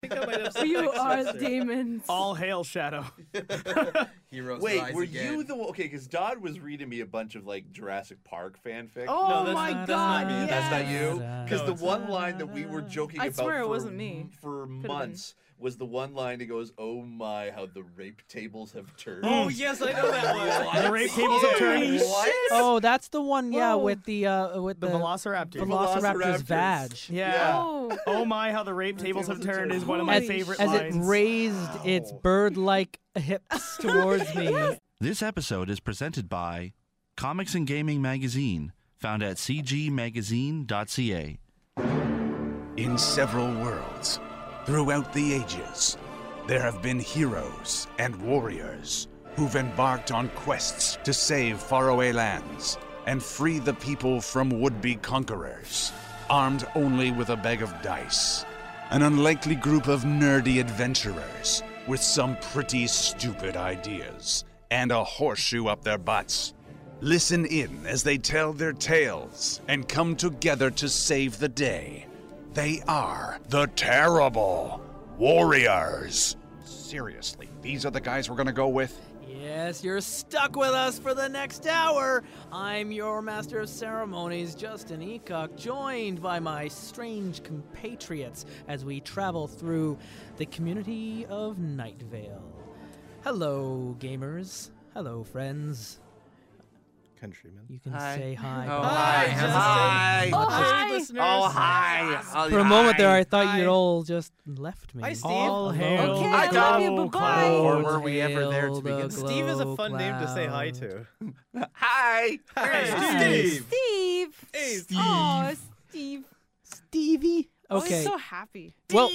think I might have some You are access there. demons. All hail Shadow. Heroes Wait, rise were again. you the one? Okay, because Dodd was reading me a bunch of like Jurassic Park fanfic. oh that's my not- that's god. not me. yes. That's not you? Because No, the it's one line that we were joking I about swear it for, wasn't me. for been. months was the one line that goes, Oh my, how the rape tables have turned. Oh yes, I know that one. the rape tables have turned. What? Oh, that's the one. Yeah, Whoa. with the uh, with The the, Velociraptor. Velociraptors. Velociraptor's vag. yeah. Oh. Oh my, how the rape tables have turned is one of my As- favorite as lines. it raised its bird-like hips towards me. This episode is presented by Comics and Gaming Magazine, found at cgmagazine.ca. In several worlds, throughout the ages, there have been heroes and warriors who've embarked on quests to save faraway lands and free the people from would be conquerors, armed only with a bag of dice. An unlikely group of nerdy adventurers with some pretty stupid ideas and a horseshoe up their butts. Listen in as they tell their tales and come together to save the day. They are the Terrible Warriors. Seriously, these are the guys we're gonna go with? Yes, you're stuck with us for the next hour. I'm your master of ceremonies, Justin Eacock, joined by my strange compatriots as we travel through the community of Night Vale. Hello, gamers. Hello, friends. Countryman. You can say hi. Oh, but- hi. Justin. Hi. Oh, hi. listeners. Oh, hi. Oh, For a moment there, hi. I thought Hi. you'd all just left me. Hi, Steve. All hail. Okay, I love you, Glow bye-bye. Cloud. Or were we ever there to Hail the begin? Steve is a glow fun name to say hi cloud. to. Hi. Hi, Steve. Steve. Hey, Steve. Oh, Steve. Stevie. Oh, he's Okay. so happy. well,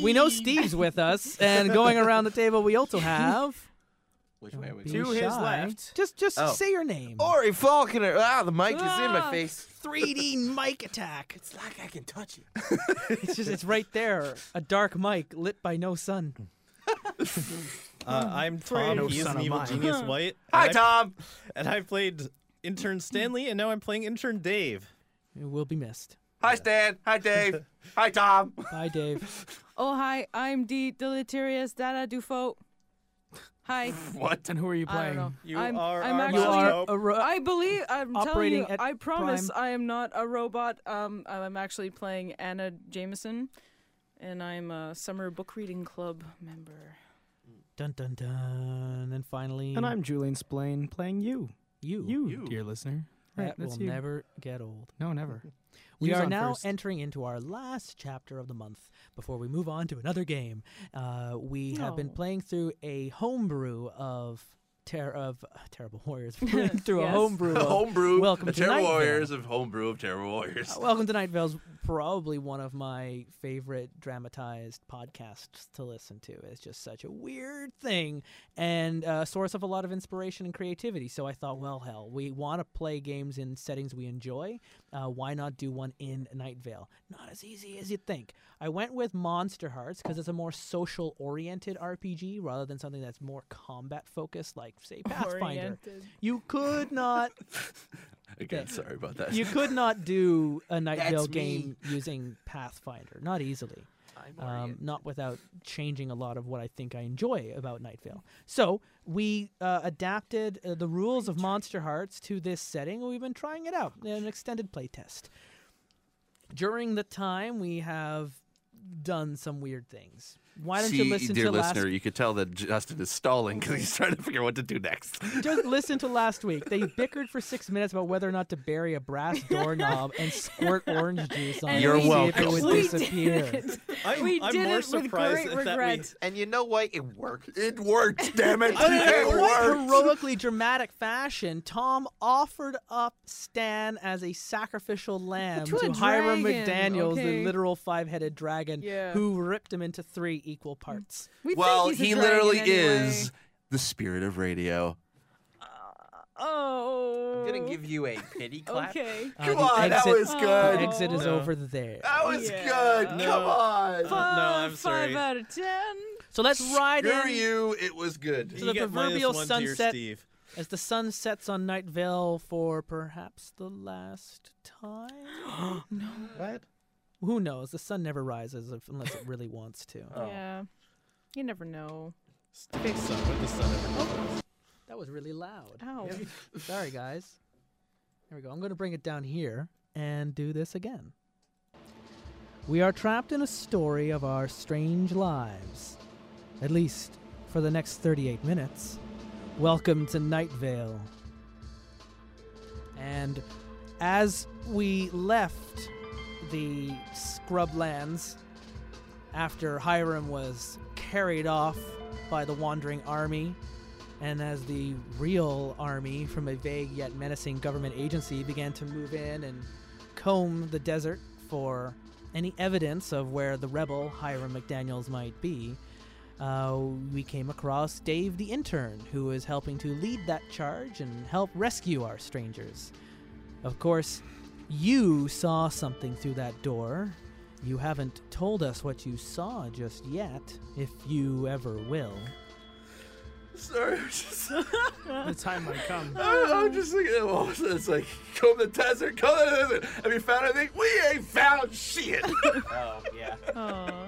we know Steve's with us, and going around the table, we also have Which way are we Be going? To his shy. left. Just, just Oh. say your name. Ori Falconer. Ah, the mic is in Ah. my face. 3D mic attack. It's like I can touch it. It's just, it's right there. A dark mic lit by no sun. Uh, I'm Tom. No He is son an of evil mine. genius white. Hi, and I- Tom. And I played intern Stanley, and now I'm playing intern Dave. It will be missed. Hi, Stan. Hi, Dave. Hi, Tom. Bye, Dave. Oh, hi. I'm D. Deleterious Dada Dufault. Hi. What? And who are you I don't playing? know. You I'm, are I'm our actually. you are Nope. a ro- I believe I'm telling Operating you. at I promise prime. I am not a robot. Um, I'm actually playing Anna Jameson, and I'm a summer book reading club member. dun dun dun. And finally, And I'm Julian Splain playing you. you. You, dear listener. That Right, that's will you. never get old. No, never. We You's are on now first. entering into our last chapter of the month before we move on to another game. Uh, we have been Oh. No. playing through a homebrew of ter- of uh, terrible warriors. playing through Yes. a homebrew. The of- homebrew, Welcome the to Terror Night Vale. Warriors of Homebrew of Terror Warriors. Uh, Welcome to Night Vale's probably one of my favorite dramatized podcasts to listen to. It's just such a weird thing and a source of a lot of inspiration and creativity. So I thought, well, hell, we want to play games in settings we enjoy. Uh, why not do one in Night Vale? Not as easy as you'd think. I went with Monster Hearts because it's a more social oriented RPG rather than something that's more combat focused, like, say, Pathfinder. Oriented. You could not Again, sorry about that. you could not do a Night That's Vale me. game using Pathfinder, not easily. Um, not without changing a lot of what I think I enjoy about Night Vale. So we uh, adapted uh, the rules of Monster Hearts to this setting. and We've been trying it out in an extended playtest. During the time, we have done some weird things. Why don't See, you listen dear to listener, last you could tell that Justin is stalling because he's trying to figure out what to do next. Just listen to last week. They bickered for six minutes about whether or not to bury a brass doorknob and squirt orange juice on And it You're to see if it welcome. would we disappear. Did it. I'm, we I'm did more it with surprised great that regret. And you know what? It worked. It worked, damn it! In it quite worked. heroically dramatic fashion, Tom offered up Stan as a sacrificial lamb To to, a Hiram dragon, McDaniels, okay. the literal five-headed dragon, Yeah. who ripped him into three equal parts. We think Well, he's a he dragon literally anyway. is the spirit of radio. Oh. I'm gonna give you a pity clap. Okay. Uh, Come the on, that exit, was Oh. the good. exit is No. over there. That was Yeah. good. Oh. No. Come on. Uh, no, I'm sorry. Oh, Five out of ten. So let's ride Screw in you. It was good. to You the get minus proverbial one to your sunset. Steve. as the sun sets on Night Vale for perhaps the last time. What? Who knows? The sun never rises if- unless it really wants to. Yeah. You never know. Stupid sun, what the sun ever does. That was really loud. Ow. Sorry, guys. There we go. I'm going to bring it down here and do this again. We are trapped in a story of our strange lives, at least for the next 38 minutes. Welcome to Night Vale. And as we left the scrublands after Hiram was carried off by the wandering army, and as the real army from a vague yet menacing government agency began to move in and comb the desert for any evidence of where the rebel Hiram McDaniels might be, uh, we came across Dave the intern, who is helping to lead that charge and help rescue our strangers. Of course, you saw something through that door. You haven't told us what you saw just yet, if you ever will. Sorry, I'm just, The time might come. I'm, I'm just like, oh, all of a sudden it's like, go to the desert, go to the desert. Have you found anything? We ain't found shit. Oh, yeah. Aw.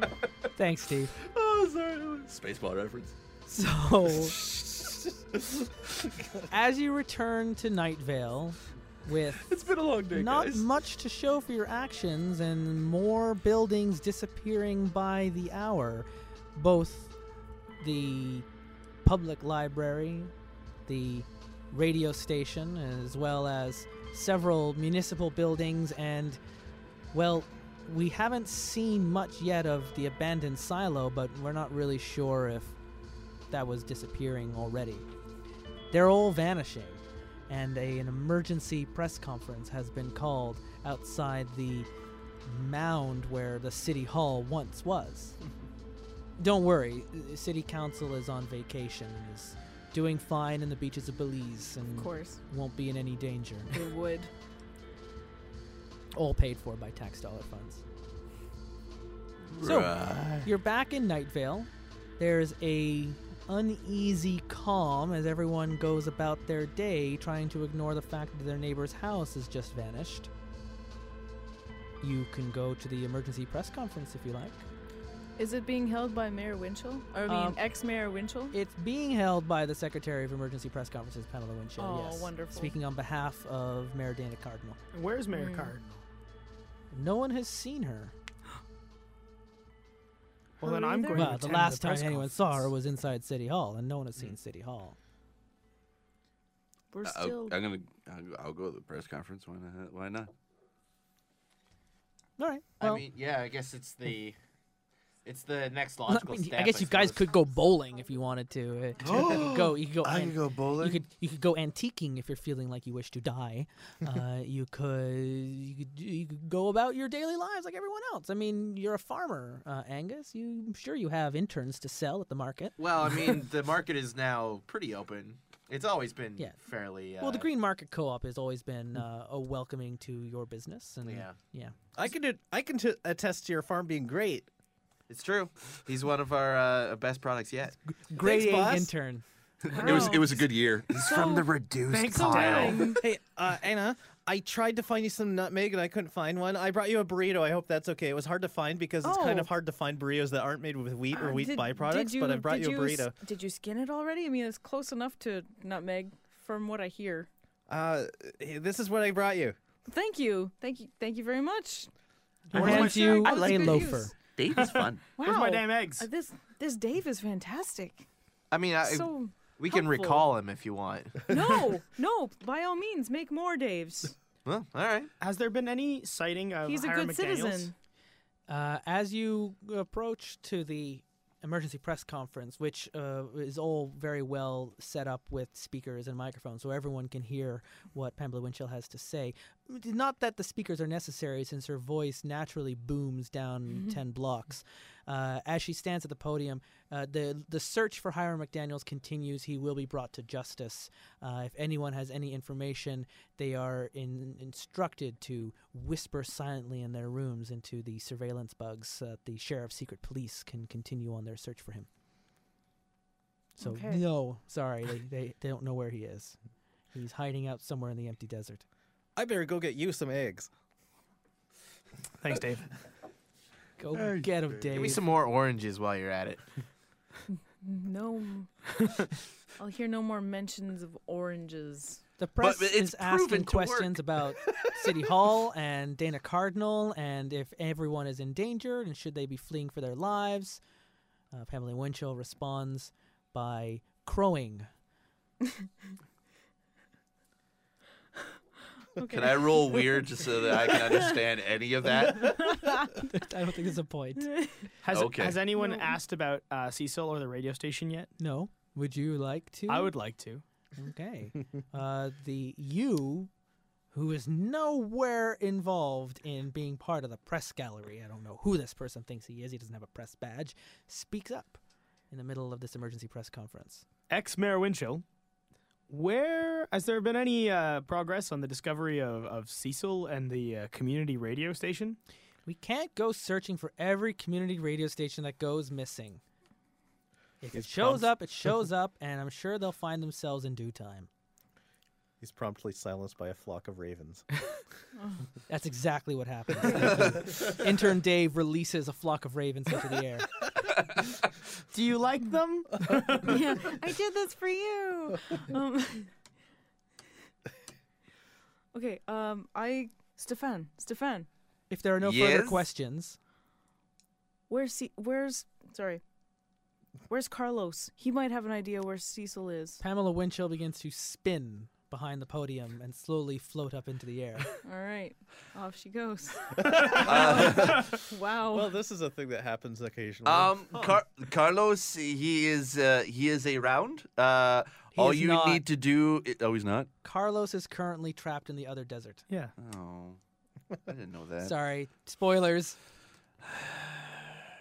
Thanks, Steve. oh, sorry. Spaceball reference. So, as you return to Night Vale, with It's been a long day, not guys. much to show for your actions and more buildings disappearing by the hour, both the public library, the radio station, as well as several municipal buildings, and well, we haven't seen much yet of the abandoned silo, but we're not really sure if that was disappearing already. They're all vanishing, and a, an emergency press conference has been called outside the mound where the city hall once was. Don't worry, the city council is on vacation and is doing fine in the beaches of Belize and Of course. won't be in any danger. They would. All paid for by tax dollar funds. So, You're back in Nightvale. There's a uneasy calm as everyone goes about their day trying to ignore the fact that their neighbor's house has just vanished. You can go to the emergency press conference if you like. Is it being held by Mayor Winchell? I mean, Um, ex-Mayor Winchell? It's being held by the Secretary of Emergency Press Conferences, Pamela Winchell. Oh, yes. wonderful. Speaking on behalf of Mayor Dana Cardinal. Where's Mayor Mm. Cardinal? No one has seen her. Well, then Her I'm either? going to Well, attend the last time press anyone saw her conference. was inside City Hall, and no one has seen City Hall. Uh, We're I'll- still... I'm gonna. I'll, I'll go to the press conference. Why not? Why not? All right. Well, I mean, yeah, I guess it's the it's the next logical I mean, step. I guess you guys suppose. could go bowling if you wanted to. Uh, you could go, you could go, an- go you bowling. could you could go antiquing if you're feeling like you wish to die. Uh, you could you could you could go about your daily lives like everyone else. I mean, you're a farmer, uh, Angus. You I'm sure you have interns to sell at the market. Well, I mean, the market is now pretty open. It's always been Yeah. fairly. Uh, well, the green market co-op has always been uh, a welcoming to your business, and Yeah. yeah. I can do, I can t- attest to your farm being great. It's true. He's one of our uh, best products yet. Grade A boss. intern. It was. It Oh. was a good year. He's from the reduced Thanks, hey, uh, Anna, I tried to find you some nutmeg and I couldn't find one. I brought you a burrito. I hope that's okay. It was hard to find because it's kind Oh. of hard to find burritos that aren't made with wheat or Uh, wheat did- byproducts. did but I brought did you a s- burrito. Did you skin it already? I mean, it's close enough to nutmeg, from what I hear. Uh, hey, this is what I brought you. Thank you, thank you, thank you very much. I Well, hand it's very- you I like a good loafer. use. Dave is fun. Wow, Where's my damn eggs? Uh, this this Dave is fantastic. I mean, I, so we can helpful. recall him if you want. no, no, by all means, make more Daves. well, all right. Has there been any sighting of He's a Hiram good McDaniels? citizen. Uh, as you approach to the emergency press conference, which uh, is all very well set up with speakers and microphones, so everyone can hear what Pamela Winchell has to say. Not that the speakers are necessary, since her voice naturally booms down ten blocks. Uh, as she stands at the podium, uh, the the search for Hiram McDaniel's continues. He will be brought to justice. Uh, if anyone has any information, they are in, instructed to whisper silently in their rooms into the surveillance bugs so that the sheriff's secret police can continue on their search for him. So Okay. no, sorry, they, they they don't know where he is. He's hiding out somewhere in the empty desert. I better go get you some eggs. Thanks, Dave. Go get him, Dave. Give me some more oranges while you're at it. No. I'll hear no more mentions of oranges. The press it's is asking proven to work. questions about City Hall and Dana Cardinal and if everyone is endangered and should they be fleeing for their lives. Uh, Pamela Winchell responds by crowing. Can I roll weird just so that I can understand any of that? I don't think there's a point. Has, Okay. has anyone No. asked about uh, Cecil or the radio station yet? No. Would you like to? I would like to. Okay. uh, the you, who is nowhere involved in being part of the press gallery, I don't know who this person thinks he is. He doesn't have a press badge. Speaks up in the middle of this emergency press conference. Ex Mayor Winchell, where has there been any uh, progress on the discovery of, of Cecil and the uh, community radio station? We can't go searching for every community radio station that goes missing. If it It's shows prompt. up, it shows up, and I'm sure they'll find themselves in due time. He's promptly silenced by a flock of ravens. That's exactly what happens. Intern Dave releases a flock of ravens into the air. Do you like them? yeah, I did this for you. Um, okay, um, I Stefan, Stefan, If there are no further Yes? questions, where's C- where's sorry, where's Carlos? He might have an idea where Cecil is. Pamela Winchell begins to spin behind the podium and slowly float up into the air. All right, off she goes. Um, Uh, Wow. Well, this is a thing that happens occasionally. um, Car- Carlos, he is uh, he is a round. Uh, He all is you not. need to do. i- oh, he's not. Carlos is currently trapped in the other desert. Yeah. Oh, I didn't know that. Sorry, spoilers.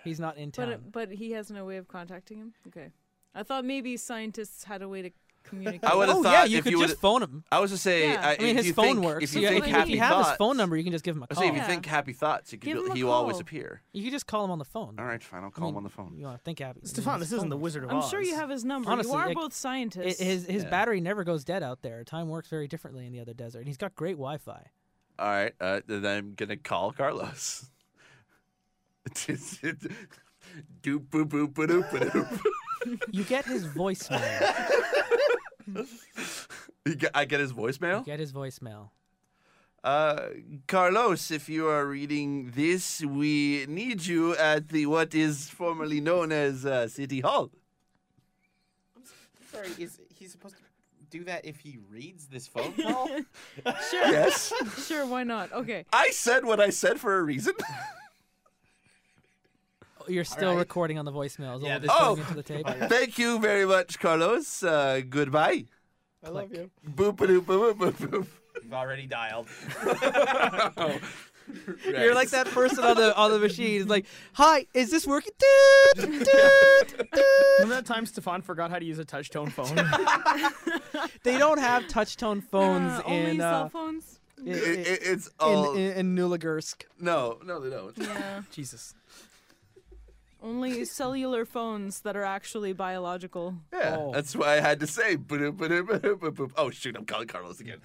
He's not in but town. it, but he has no way of contacting him. Okay, I thought maybe scientists had a way to communicate. I would've oh yeah, thought you if could you just would've- phone him. I was just saying. Yeah. I, I mean, if his you phone think- works. If you Yeah, think if happy you have thoughts, his phone Oh. number, you can just give him a I call. say, if you Yeah. think happy thoughts, you could Give be- him a he will always call. appear. You can just call him on the phone. All right, fine. I'll call him on the phone. You want to think happy. Stefan, this isn't the Wizard of I'm Oz. sure you have his number. Honestly, you are like, both It, scientists. his his Yeah. battery never goes dead out there. Time works very differently in the other desert, and he's got great Wi-Fi. All right, uh, then I'm gonna call Carlos. Doop boop boop ba doop ba doop. You get his voicemail. You get- I get his you voicemail. get his voicemail. Uh, Carlos, if you are reading this, we need you at the what is formerly known as uh, City Hall. Sorry, is he supposed to do that if he reads this phone call? sure, Yes, sure, why not? Okay. I said what I said for a reason. Oh, You're still recording on the voicemails. Yeah, Yeah, this- this going Oh. into the tape. Thank you very much, Carlos. Uh, goodbye. I love you. Boop ba doop boop boop boop. You've already dialed. You're like that person on the on the machine. It's like, hi, is this working? Doot, doot, doot. Remember that time Stefan forgot how to use a touch tone phone? They don't have touchtone phones Uh, only in, cell uh, phones. i- It, i- it, it's all in in in Nulagursk. no, no, they don't. Yeah, Jesus. only cellular phones that are actually biological. Yeah, Oh. that's why I had to say. boop, boop, boop, boop, boop. Oh shoot, I'm calling Carlos again.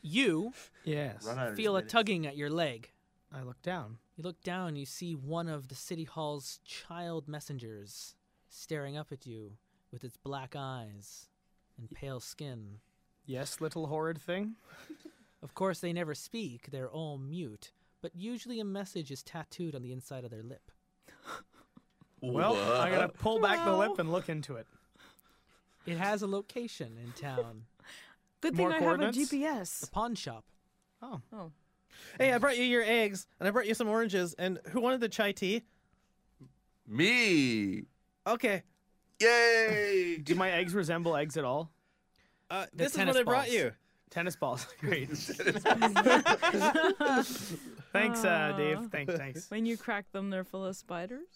You Yes. feel a tugging at your leg. I look down. You look down, you see one of the city hall's child messengers staring up at you with its black eyes and pale skin. Yes, little horrid thing. Of course, they never speak, they're all mute, but usually a message is tattooed on the inside of their lip. Well, I'm gonna What? pull back the Hello. lip and look into it. It has a location in town Good thing More I have a coordinates? a GPS. pawn shop. Oh, Hey, I brought you your eggs, and I brought you some oranges, and who wanted the chai tea? me. Okay, Yay! Do my eggs resemble eggs at all? uh, this is what tennis I brought balls. you. Tennis balls. Great. thanks, uh, Dave. Thanks, thanks. when you crack them, they're full of spiders.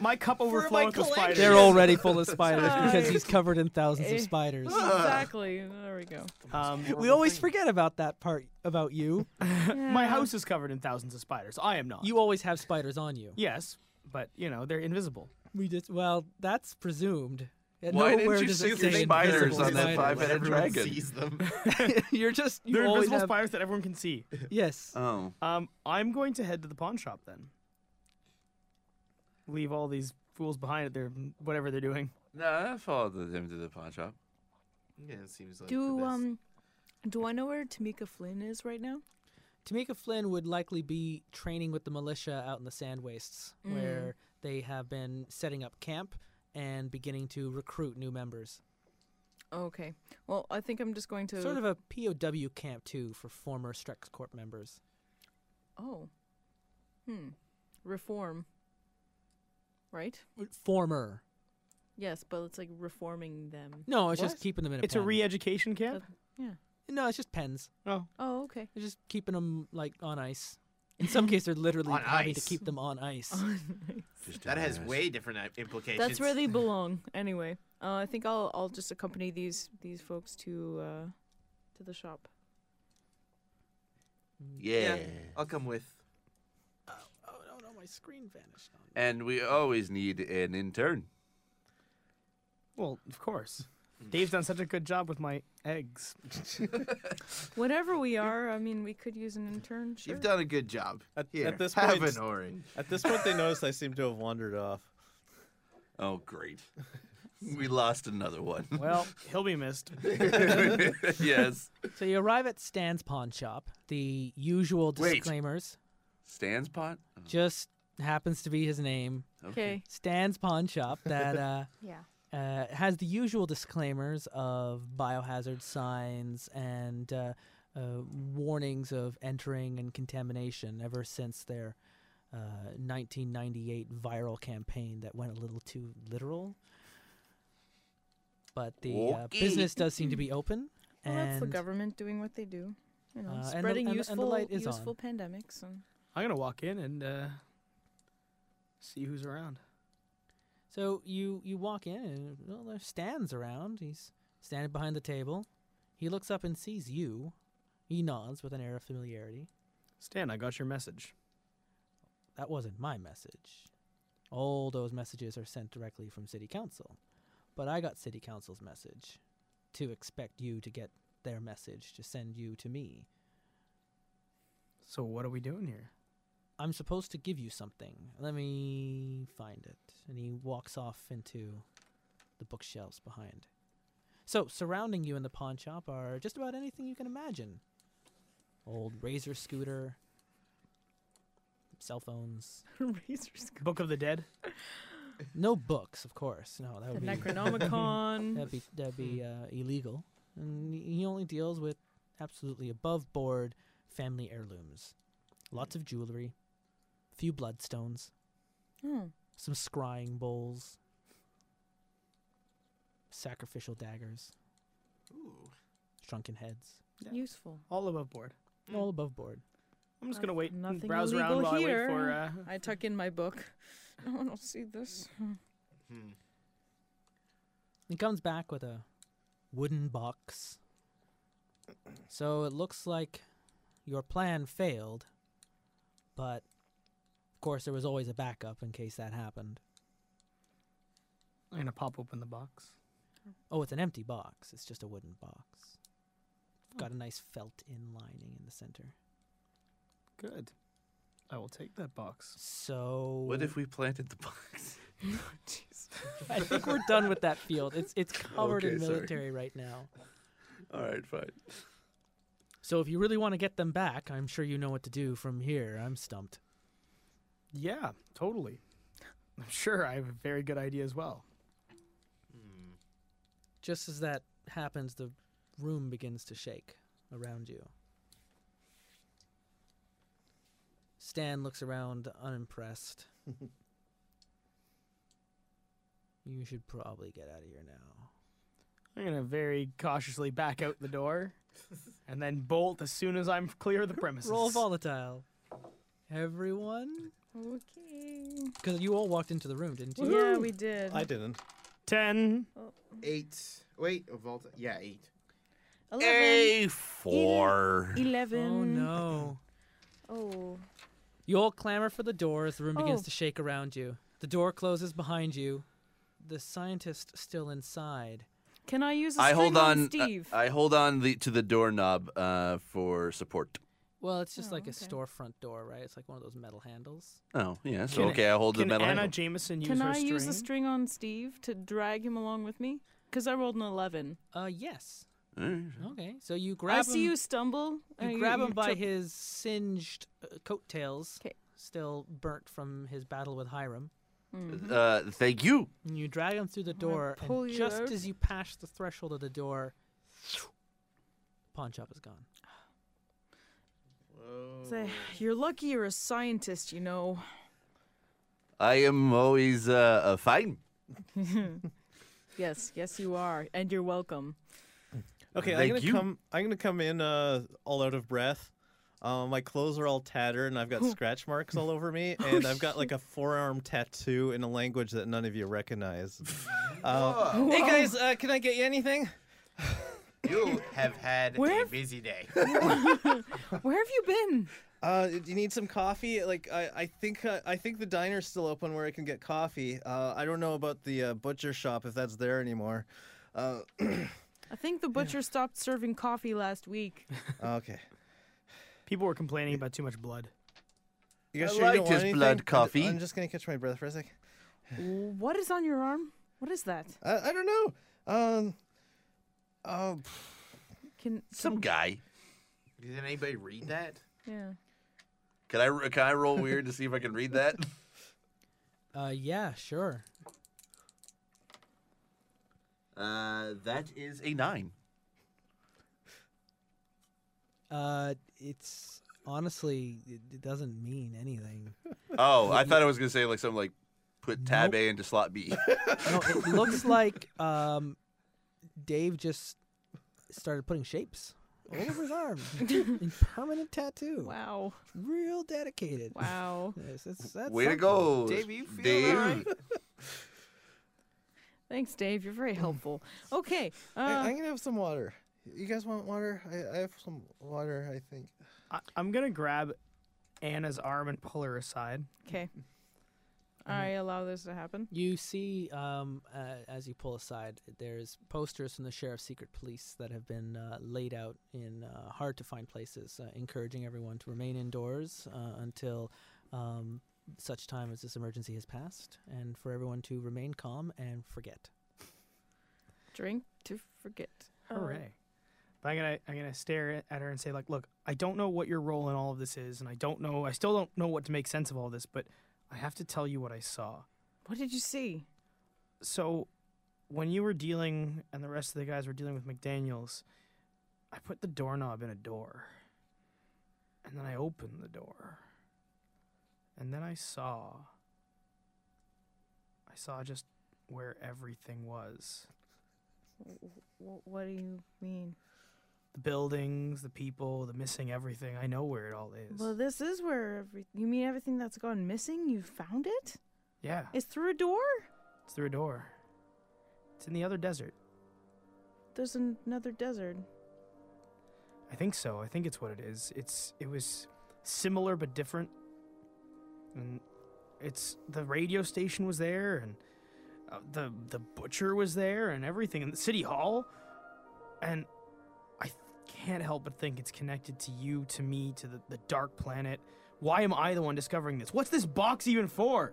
My cup my overflowed with collection. spiders. They're already full of spiders because Sorry. he's covered in thousands Eh. of spiders. exactly. There we go. Um, We always forget about that part about you. my house is covered in thousands of spiders. I am not. You always have spiders on you. Yes, but you know they're invisible. We just well, that's presumed. And Why nowhere didn't you does see it the say spiders invisible on that spiders. five-headed Everyone dragon? sees them. You're just you They're always invisible uh. have, spiders that everyone can see. yes. Oh, Um, I'm going to head to the pawn shop then. leave all these fools behind at their whatever they're doing. Nah, I followed them to the pawn shop. Yeah, it seems like. the Do best. um, do I know where Tamika Flynn is right now? Tamika Flynn would likely be training with the militia out in the sand wastes, where they have been setting up camp and beginning to recruit new members. Okay. Well, I think I'm just going to Sort of a POW camp too for former Strex Corp members. oh, hmm, reform. Right? Uh, Former. Yes, but it's like reforming them. No, it's What? just keeping them in a It's a pen. re-education camp. No, it's just pens. Oh, Oh, okay. They're just keeping them like on ice. In some cases, they're literally On having to ice. keep them on ice. Just That has dumbass. way different uh, implications. That's where they belong. Anyway, uh, I think I'll I'll just accompany these these folks to uh, to the shop. Yeah. I'll come with. oh no, no, my screen vanished. And we always need an intern. well, of course. Dave's done such a good job with my eggs. Whatever we are, I mean, we could use an intern. Sure. You've done a good job. At- Here, at this have point- an orange. At this point, they notice I seem to have wandered off. Oh, great. we lost another one. Well, he'll be missed. yes. So you arrive at Stan's pawn shop. The usual Wait. disclaimers. Stan's pot? Oh, Just happens to be his name. Okay. Stan's Pawn Shop that uh, Yeah. uh, has the usual disclaimers of biohazard signs and uh, uh, warnings of entering and contamination ever since their uh, 1998 viral campaign that went a little too literal. But the uh, Okay. business does seem to be open. Well, and that's the government doing what they do. You know, Uh, and the- spreading and the- useful and the light is useful pandemics. And I'm gonna walk in and uh, see who's around. So you you walk in and well, there stands around. He's standing behind the table. He looks up and sees you. He nods with an air of familiarity. Stan, I got your message. That wasn't my message. All those messages are sent directly from city council. But I got city council's message to expect you to get their message to send you to me. So what are we doing here? I'm supposed to give you something. Let me find it. And he walks off into the bookshelves behind. So, surrounding you in the pawn shop are just about anything you can imagine old razor scooter, cell phones. razors. Book of the Dead. No books, of course. No, that The would be, Necronomicon. that'd be, that'd be uh, illegal. And he only deals with absolutely above board family heirlooms. Lots of jewelry, few bloodstones. oh, some scrying bowls, sacrificial daggers, Ooh. shrunken heads, Yeah. useful. All above board. Hmm. all above board. I'm just Uh, gonna wait and nothing browse around illegal while here. I wait for. Uh, I tuck in my book. No one will see this. Hmm. He comes back with a wooden box. So it looks like your plan failed, but of course there was always a backup in case that happened. I'm gonna pop open the box. Oh, it's an empty box. It's just a wooden box. Hmm. Got a nice felt in lining in the center. Good. I will take that box. So What if we planted the box? I think we're done with that field. It's it's covered in Okay, sorry. military right now. All right, fine. So if you really want to get them back, I'm sure you know what to do from here. I'm stumped. Yeah, totally. I'm sure I have a very good idea as well. Just as that happens, the room begins to shake around you. Stan looks around unimpressed. you should probably get out of here now. I'm gonna very cautiously back out the door, and then bolt as soon as I'm clear of the premises. Roll volatile. Everyone? Okay. Because you all walked into the room, didn't you? Yeah, we did. I didn't. Ten. Eight. Wait, a Volta. Yeah, eight. Eleven. A four. Eleven. Oh no. Oh. You all clamor for the door as the room begins Oh. to shake around you. The door closes behind you. The scientist still inside. Can I use a I string hold on. uh, Steve? I, I hold on the, to the doorknob uh, for support. Well, it's just Oh, like a okay. storefront door, right? It's like one of those metal handles. Oh, yeah. So, Can- okay, I hold the Can metal. Anna handle. Jameson use Can her I string? use the string on Steve to drag him along with me? Because I rolled an 11. Uh, yes. Alright. Okay. So you grab I see him, you stumble. Uh, you grab him by his singed uh, coattails, 'Kay. still burnt from his battle with Hiram. Uh, thank you. And you drag him through the gonna door, pull and you just out. as you pass the threshold of the door, pawn shop is gone. Say, you're lucky you're a scientist, you know. I am always uh, uh fine. Yes, yes, you are. And you're welcome. Okay, I'm Thank gonna you. come. I'm gonna come in uh, all out of breath. Um, my clothes are all tattered, and I've got scratch marks all over me, and I've got like a forearm tattoo in a language that none of you recognize. Uh, hey Oh. guys, uh, can I get you anything? You have had Where- a busy day. Where have you been? Uh, do you need some coffee? Like, I, I think uh, I think the diner's still open where I can get coffee. Uh, I don't know about the uh, butcher shop if that's there anymore. Uh, I think the butcher stopped serving coffee last week. Uh, okay. People were complaining about too much blood. You guys I sure you don't liked want his blood anything? coffee. I'm just gonna catch my breath for a sec. what is on your arm? What is that? I, I don't know. Um, uh, Can Some guy. Did anybody read that? yeah. Can I can I roll weird to see if I can read that? Uh, yeah, sure. Uh, that is a nine. Uh, it's honestly, it, it doesn't mean anything. Oh, I thought I was gonna say like something like put tab A into slot B. No, it looks like um, Dave just started putting shapes all over his arm in permanent tattoo. Wow. Real dedicated. Wow. Yes, that's, that's Way to something. go, Dave, you feel Dave. alright? Thanks, Dave. You're very helpful. Okay. I, Uh, Ah. I'm gonna have some water. You guys want water? I, I have some water, I think. I- I'm gonna grab Anna's arm and pull her aside. okay. I allow this to happen. You see, um, uh, as you pull aside, there's posters from the sheriff's secret police that have been uh, laid out in uh, hard-to-find places, uh, encouraging everyone to remain indoors uh, until um, such time as this emergency has passed, and for everyone to remain calm and forget. Drink to forget. Uh, Hooray! But I'm gonna I'm gonna stare at her and say like, look, I don't know what your role in all of this is, and I don't know, I still don't know what to make sense of all this, but I have to tell you what I saw. What did you see? So, when you were dealing, and the rest of the guys were dealing with McDaniel's, I put the doorknob in a door, and then I opened the door, and then I saw. I saw just where everything was. Wh- what do you mean? the buildings, the people, the missing everything. I know where it all is. Well, this is where every. You mean everything that's gone missing? You found it? yeah, It's through a door? it's through a door. It's in the other desert. There's an- another desert. I think so. I think it's what it is. It's it was similar but different. And it's the radio station was there and uh, the the butcher was there and everything and the city hall and I th- can't help but think it's connected to you, to me, to the, the dark planet. Why am I the one discovering this? What's this box even for?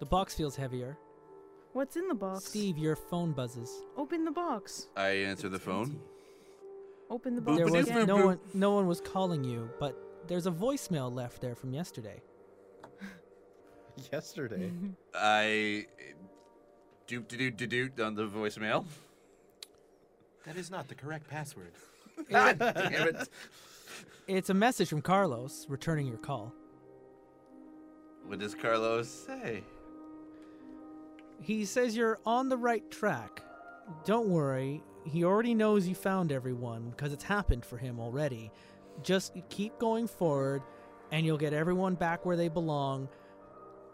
The box feels heavier. What's in the box? Steve, your phone buzzes. Open the box. I answer the phone. Open the box. Boop, There was again. no one. No one was calling you, but there's a voicemail left there from yesterday. Yesterday. I doop doop doop doop on the voicemail. That is not the correct password. Ah, damn it. It's a message from Carlos returning your call. What does Carlos say? He says you're on the right track. Don't worry, he already knows you found everyone because it's happened for him already. Just keep going forward and you'll get everyone back where they belong,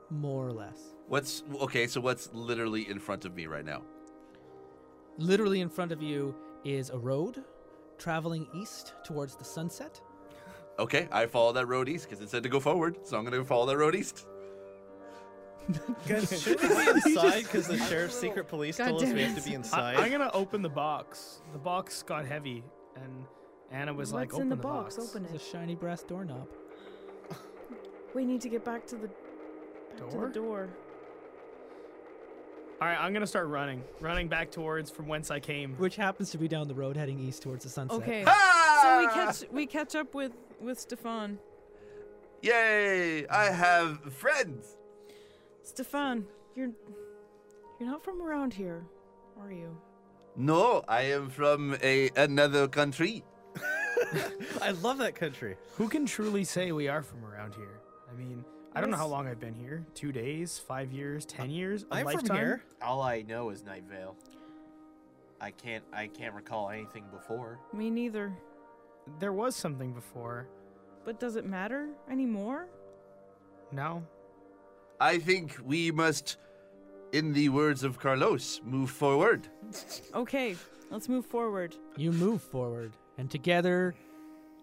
more or less. What's okay? So what's literally in front of me right now? Literally in front of you is a road traveling east towards the sunset. Okay, I follow that road east because it said to go forward, so I'm gonna follow that road east. guys, should we be inside? Because the sheriff's secret police God told us damn we have it. to be I, am inside. gonna open the box. The box got heavy, and Anna was like, What's in "Open the box? Open It's a it. shiny brass doorknob. We need to get back to the back to Door? the door. All right, I'm gonna start running, running back towards from whence I came. Which happens to be down the road heading east towards the sunset. Okay. Ah! So we catch we catch up with with Stefan. Yay! I have friends. Stefan, you're you're not from around here, are you? No, I am from a another country. I love that country. Who can truly say we are from around here? I mean, I don't know how Yes. long I've been here. Two days, five years, ten years, a I'm lifetime. from here. All I know is Night Vale. I can't. I can't recall anything before. Me neither. There was something before. But does it matter anymore? No, I think we must, in the words of Carlos, move forward. Okay, let's move forward. You move forward, and together,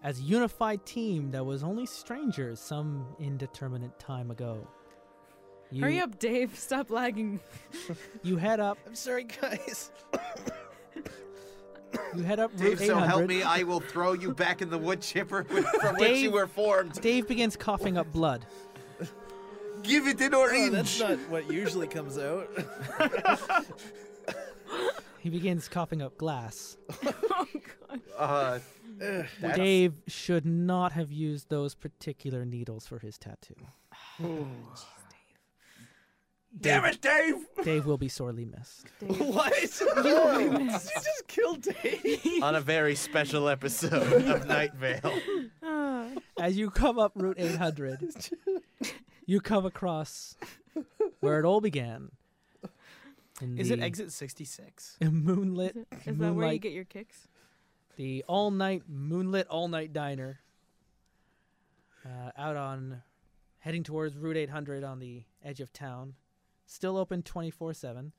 as a unified team that was only strangers some indeterminate time ago. You, Hurry up, Dave. Stop lagging. You head up. I'm sorry, guys. You head up Dave, Route 800. so help me, I will throw you back in the wood chipper with- from which you Dave- were formed. Dave begins coughing up blood. Give it an Oh, orange. that's not what usually comes out. He begins coughing up glass. oh God. Uh, Dave should not have used those particular needles for his tattoo. Damn it, Dave! Dave will be sorely missed. what? you just killed Dave. on a very special episode of Night Vale. Ah, As you come up Route 800, you come across where it all began. In is it the exit 66? Moonlit, is it- is that where you moonlight get your kicks? the all night moonlit all night diner uh, out on heading towards route 800 on the edge of town still open 24-7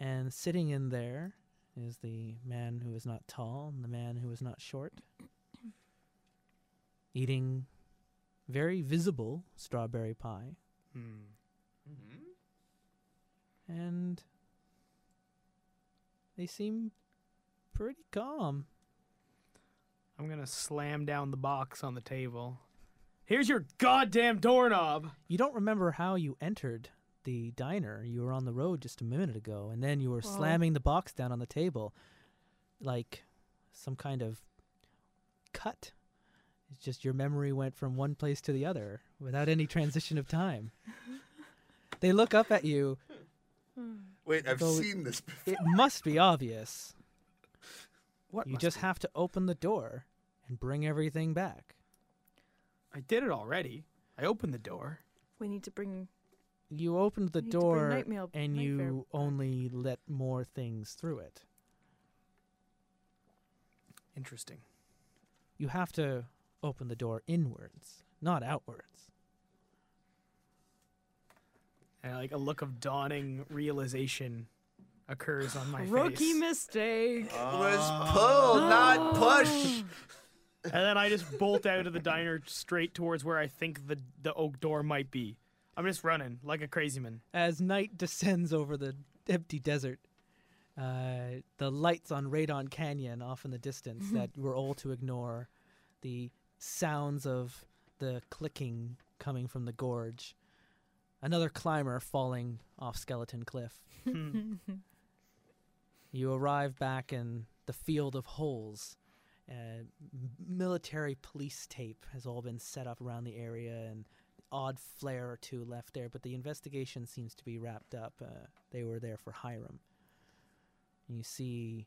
and sitting in there is the man who is not tall and the man who is not short eating very visible strawberry pie Hmm. and they seem pretty calm I'm gonna slam down the box on the table. Here's your goddamn doorknob. You don't remember how you entered the diner. You were on the road just a minute ago, and then you were Well- slamming the box down on the table like some kind of cut. It's just your memory went from one place to the other without any transition of time. They look up at you. Wait, I've Go- seen this before. It must be obvious. What? You must just be- have to open the door and bring everything back. I did it already. I opened the door. We need to bring. You opened the You need to bring door nightmare- and nightmare you only let more things through it. Interesting. you have to open the door inwards, not outwards. And like a look of dawning realization occurs on my Rookie face. mistake. Uh, was pull, not push. and then I just bolt out of the diner straight towards where I think the the oak door might be. I'm just running like a crazy man. As night descends over the empty desert, uh, the lights on Radon Canyon off in the distance that we're all to ignore, the sounds of the clicking coming from the gorge, another climber falling off Skeleton Cliff. you arrive back in the field of holes. Uh, m- military police tape has all been set up around the area and odd flare or two left there, but the investigation seems to be wrapped up. Uh, they were there for Hiram. And you see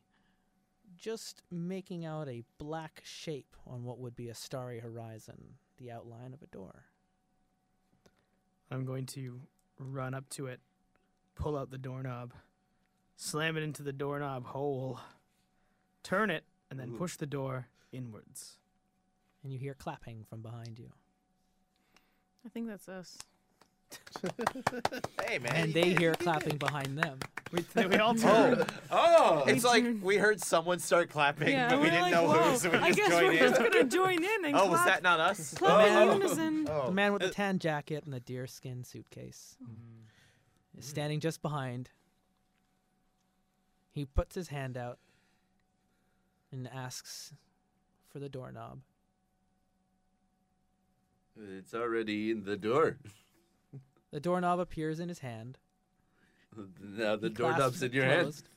just making out a black shape on what would be a starry horizon, the outline of a door. I'm going to run up to it, pull out the doorknob, slam it into the doorknob hole, turn it, and then push the door inwards. And you hear clapping from behind you. I think that's us. Hey man, And they hear clapping behind them. We, we all turn. Oh, it's We like turned- we heard someone start clapping, yeah, but we we're didn't like, know Whoa, who, so we I just guess joined we're in. just gonna join in and Oh, was clap, that not us? clap in Oh. unison. The man uh, with the tan jacket and the deerskin suitcase is standing just behind. He puts his hand out and asks for the doorknob. It's already in the door. The doorknob appears in his hand. Now the He doorknob's clasps in it your hand. closed.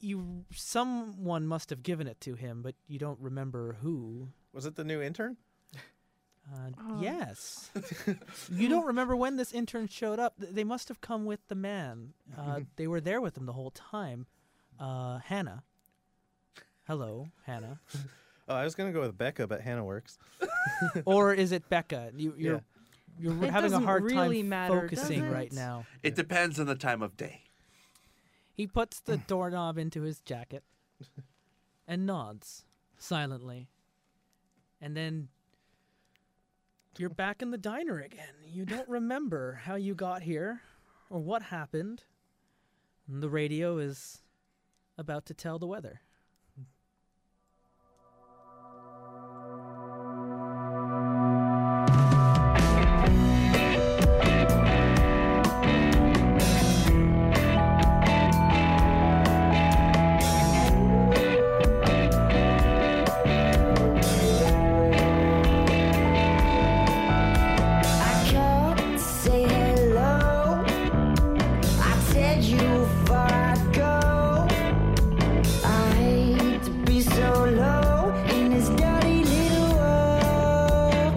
You someone must have given it to him, but you don't remember who. Was it the new intern? Uh, Oh. Yes. you don't remember when this intern showed up. Th- They must have come with the man. Uh, they were there with him the whole time. Uh, Hannah. Hello, Hannah. Oh, I was gonna go with Becca, but Hannah works. or is it Becca? You, you're Yeah. you're It having a doesn't hard really time matter, focusing does it? right now. It depends on the time of day. He puts the doorknob into his jacket and nods silently. And then you're back in the diner again. You don't remember how you got here or what happened. And the radio is about to tell the weather. I can't say hello. I said you far go. I hate to be so low in this dirty little world.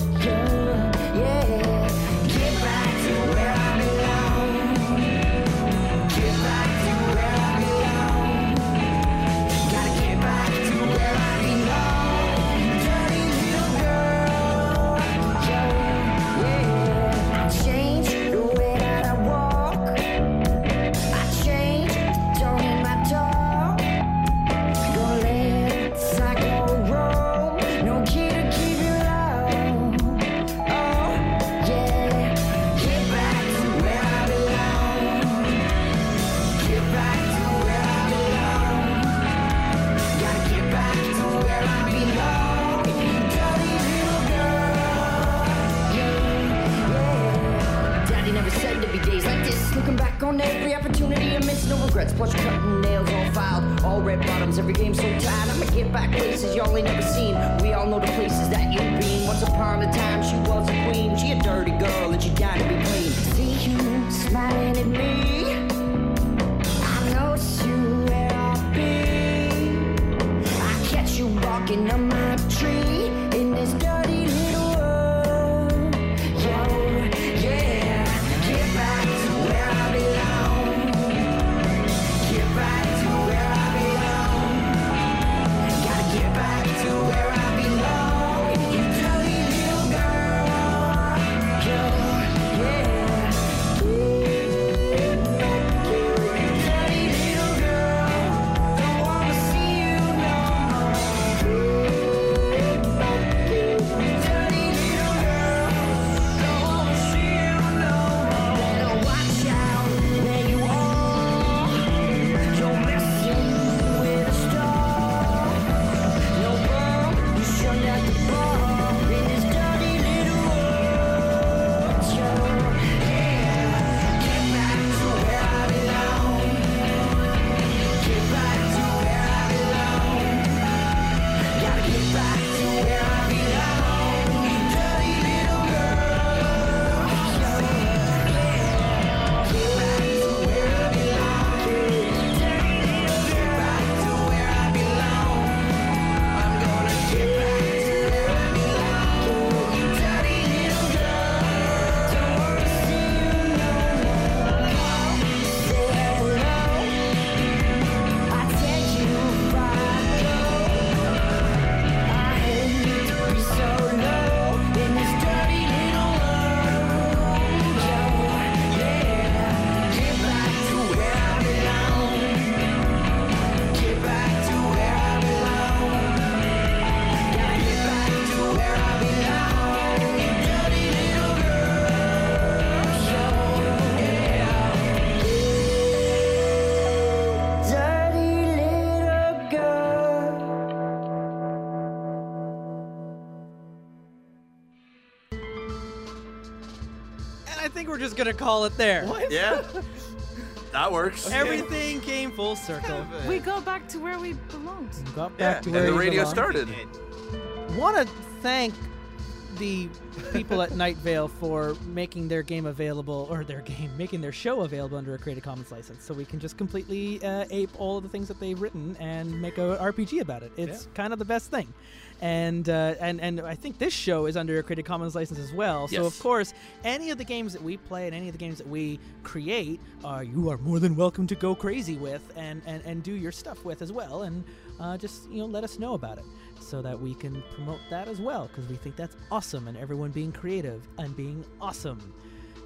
Yeah, get back to where I belong. Get back to where I belong. Gotta get back to where I belong. Dirty little girl. I change the way that I walk. I change the tone in my talk. Don't let psycho roll. No key to keep you low. Oh yeah, get back to where I belong. Get back to where I belong. Gotta get back to where I belong. Dirty little girl. Yeah. Daddy never said to be days like this. Looking back on every opportunity I missed, no regrets. Plus cutting nails all filed, all red bottoms. Every game so tired. I'ma get back places y'all ain't never seen. We all know the places that you've been. Once upon a time, she was a queen. She a dirty girl and she died to be clean. See you smiling at me. I know you where I'll be. I catch you walking on my tree in this dirty little world. Yo, yeah, get back to where I belong. Get back to where I belong. Gotta get back to where I belong. You dirty little girl. Yo, yeah. Get back to you dirty little girl. Don't wanna see you no more. Get back to you dirty little girl. Don't wanna see you no more. Better watch out where you are. You're messing with a star. No girl, you shouldn't have to fall in this dirty little world. Yo, yeah. Get back to where I belong. Get back to where I belong. Gotta get back to where I belong. Dirty little girl. Yo, yeah. Get back to where I belong. Dirty little girl. Get back to where I belong. I'm gonna get back to where I belong. Dirty little girl. Don't wanna see you no more. Say hello. I take you far go. I hate to be so low in this dirty little world. yeah, get back to where I belong. Get back to where I belong. Gotta get back to where I belong. Dirty little girl, yeah. Dirty little girl. And I think we're just going to call it there. Yeah. That works. Everything came full circle. We go back to where we belonged. Got Yeah, back to and where the you radio belong. started. want to thank the people at Night Vale for making their game available, or their game, making their show available under a Creative Commons license, so we can just completely uh, ape all of the things that they've written and make a RPG about it. It's kind of the best thing, and uh, and and I think this show is under a Creative Commons license as well. So of Yes. course, any of the games that we play and any of the games that we create, uh, you are more than welcome to go crazy with and and, and do your stuff with as well, and uh, just you know let us know about it so that we can promote that as well because we think that's awesome and everyone being creative and being awesome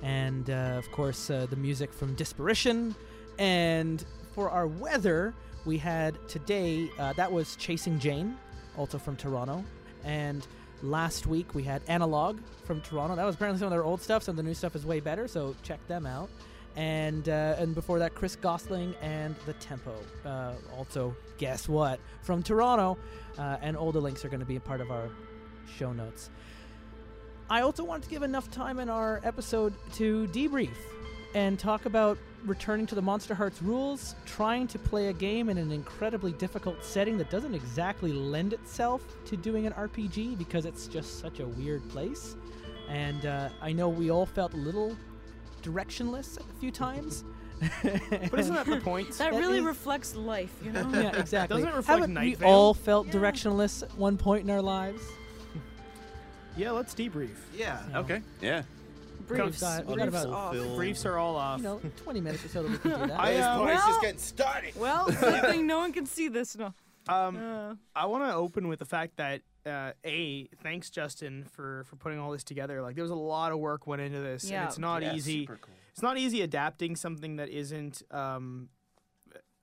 and uh, of course uh, the music from disparition and for our weather we had today uh, that was chasing jane also from toronto and last week we had analog from toronto that was apparently some of their old stuff some of the new stuff is way better so check them out and uh, and before that chris gosling and the tempo uh, also guess what from toronto uh, and all the links are going to be a part of our show notes. I also wanted to give enough time in our episode to debrief and talk about returning to the Monster Hearts rules, trying to play a game in an incredibly difficult setting that doesn't exactly lend itself to doing an RPG because it's just such a weird place. And uh, I know we all felt a little directionless a few times. But isn't that the point? That, That really is- reflects life, you know? yeah, exactly. Doesn't it reflect Haven't we Night Vale? all felt Yeah. directionless at one point in our lives? yeah, let's debrief. Yeah. No. Okay. Yeah. Briefs. Got- we got Briefs about- off. Unfulfilled. Briefs are all off. you know, 20 minutes or so that we can do that. I, uh, Well- just getting started. Well, good thing no one can see this. No. um, Uh, I want to open with the fact that uh, a thanks Justin for for putting all this together. Like there was a lot of work went into this, Yeah. and it's not Yeah, easy. super cool. It's not easy adapting something that isn't um,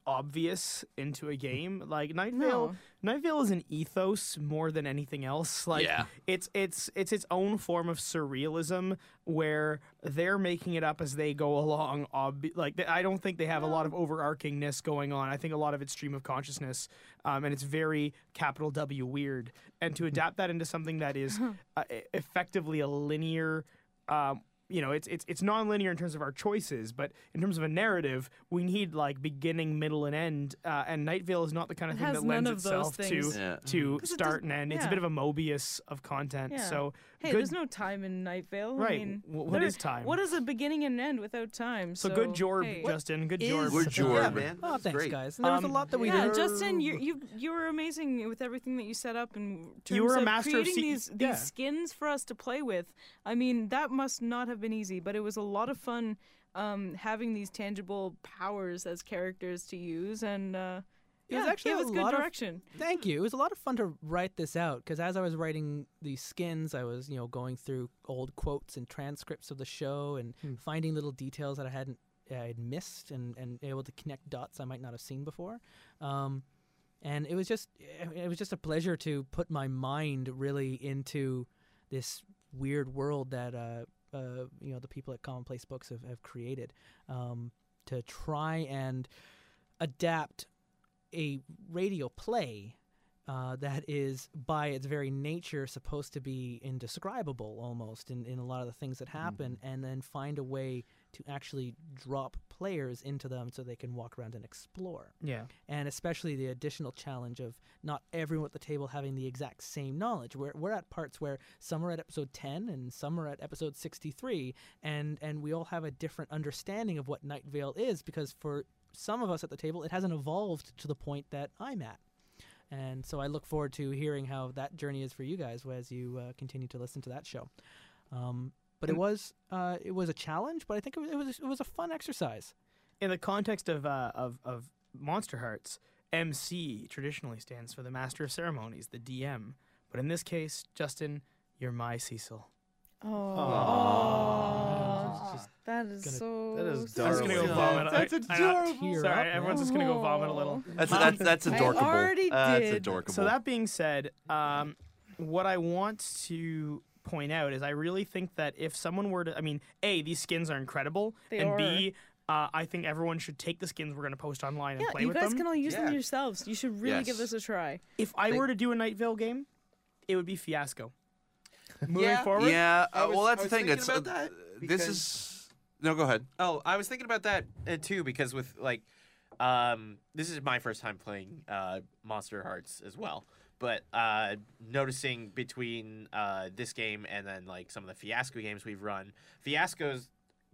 obvious into a game. Like Night Vale, No. Night Vale is an ethos more than anything else. Like Yeah. it's it's it's its own form of surrealism where they're making it up as they go along. Ob- like th- I don't think they have a lot of overarchingness going on. I think a lot of it's stream of consciousness, um, and it's very capital W weird. And to adapt that into something that is Uh-huh. uh, e- effectively a linear. Um, you know, it's it's it's nonlinear in terms of our choices, but in terms of a narrative, we need like beginning, middle, and end. Uh, and Night Vale is not the kind It of thing has that lends none of those itself to things. Yeah. Mm-hmm. to 'Cause it start and end. It's a bit of yeah. a Mobius of content. Yeah. So hey, good, there's no time in Night Vale. right. I mean, wh- what there- is time? What is a beginning and end without time? so, So, good Jorb, hey. Justin. Good is- Jorb. We're Yeah, Jordan. man. Oh, That's thanks, great. guys. And there was a Um, lot that we yeah, did. Justin, you you you were amazing with everything that you set up and terms You were a of master of creating se- these these yeah. skins for us to play with. I mean, that must not have been easy, but it was a lot of fun um, having these tangible powers as characters to use, and uh, It was yeah, actually it a was good lot of- direction. Thank you. It was a lot of fun to write this out because as I was writing these skins, I was you know going through old quotes and transcripts of the show and finding little details that I hadn't I had missed and and able to connect dots I might not have seen before. Um, and it was just it was just a pleasure to put my mind really into this weird world that uh, uh, you know the people at Commonplace Books have, have created um, to try and adapt a radio play uh, that is by its very nature supposed to be indescribable almost in, in a lot of the things that happen and then find a way to actually drop players into them so they can walk around and explore Yeah. and especially the additional challenge of not everyone at the table having the exact same knowledge. We're, we're at parts where some are at episode 10 and some are at episode 63, and, and we all have a different understanding of what Night Vale is because for some of us at the table, it hasn't evolved to the point that I'm at. And so I look forward to hearing how that journey is for you guys as you uh, continue to listen to that show. Um, but it was uh, it was a challenge, but I think it was it was, it was a fun exercise. in the context of uh, of of Monster Hearts, MC traditionally stands for the Master of Ceremonies, the DM. But in this case, Justin, you're my Cecil. Oh, Uh, that is Gonna- so. that is sweet. I'm just Oh, gonna go Darling. vomit. I- That's I got- adorable. Sorry, everyone's just gonna go vomit a Aw. little. That's that's that's I adorkable. already that's did. adorkable. So that being said, um, what I want to point out is I really think that if someone were to, I mean, a these skins are incredible, They and are. b uh, I think everyone should take the skins we're gonna post online and Yeah, play you with guys them. can all use Yeah. them yourselves. You should really give Yes. this a try. if I They- were to do a Night Vale game, it would be fiasco. Moving Yeah. forward, yeah. I uh, was- well, I that's the was thing. thinking It's uh, about that this because- is No, go ahead. Oh, I was thinking about that uh, too because with like, um, this is my first time playing uh, Monster Hearts as well. But uh, noticing between uh, this game and then like some of the Fiasco games we've run, Fiasco's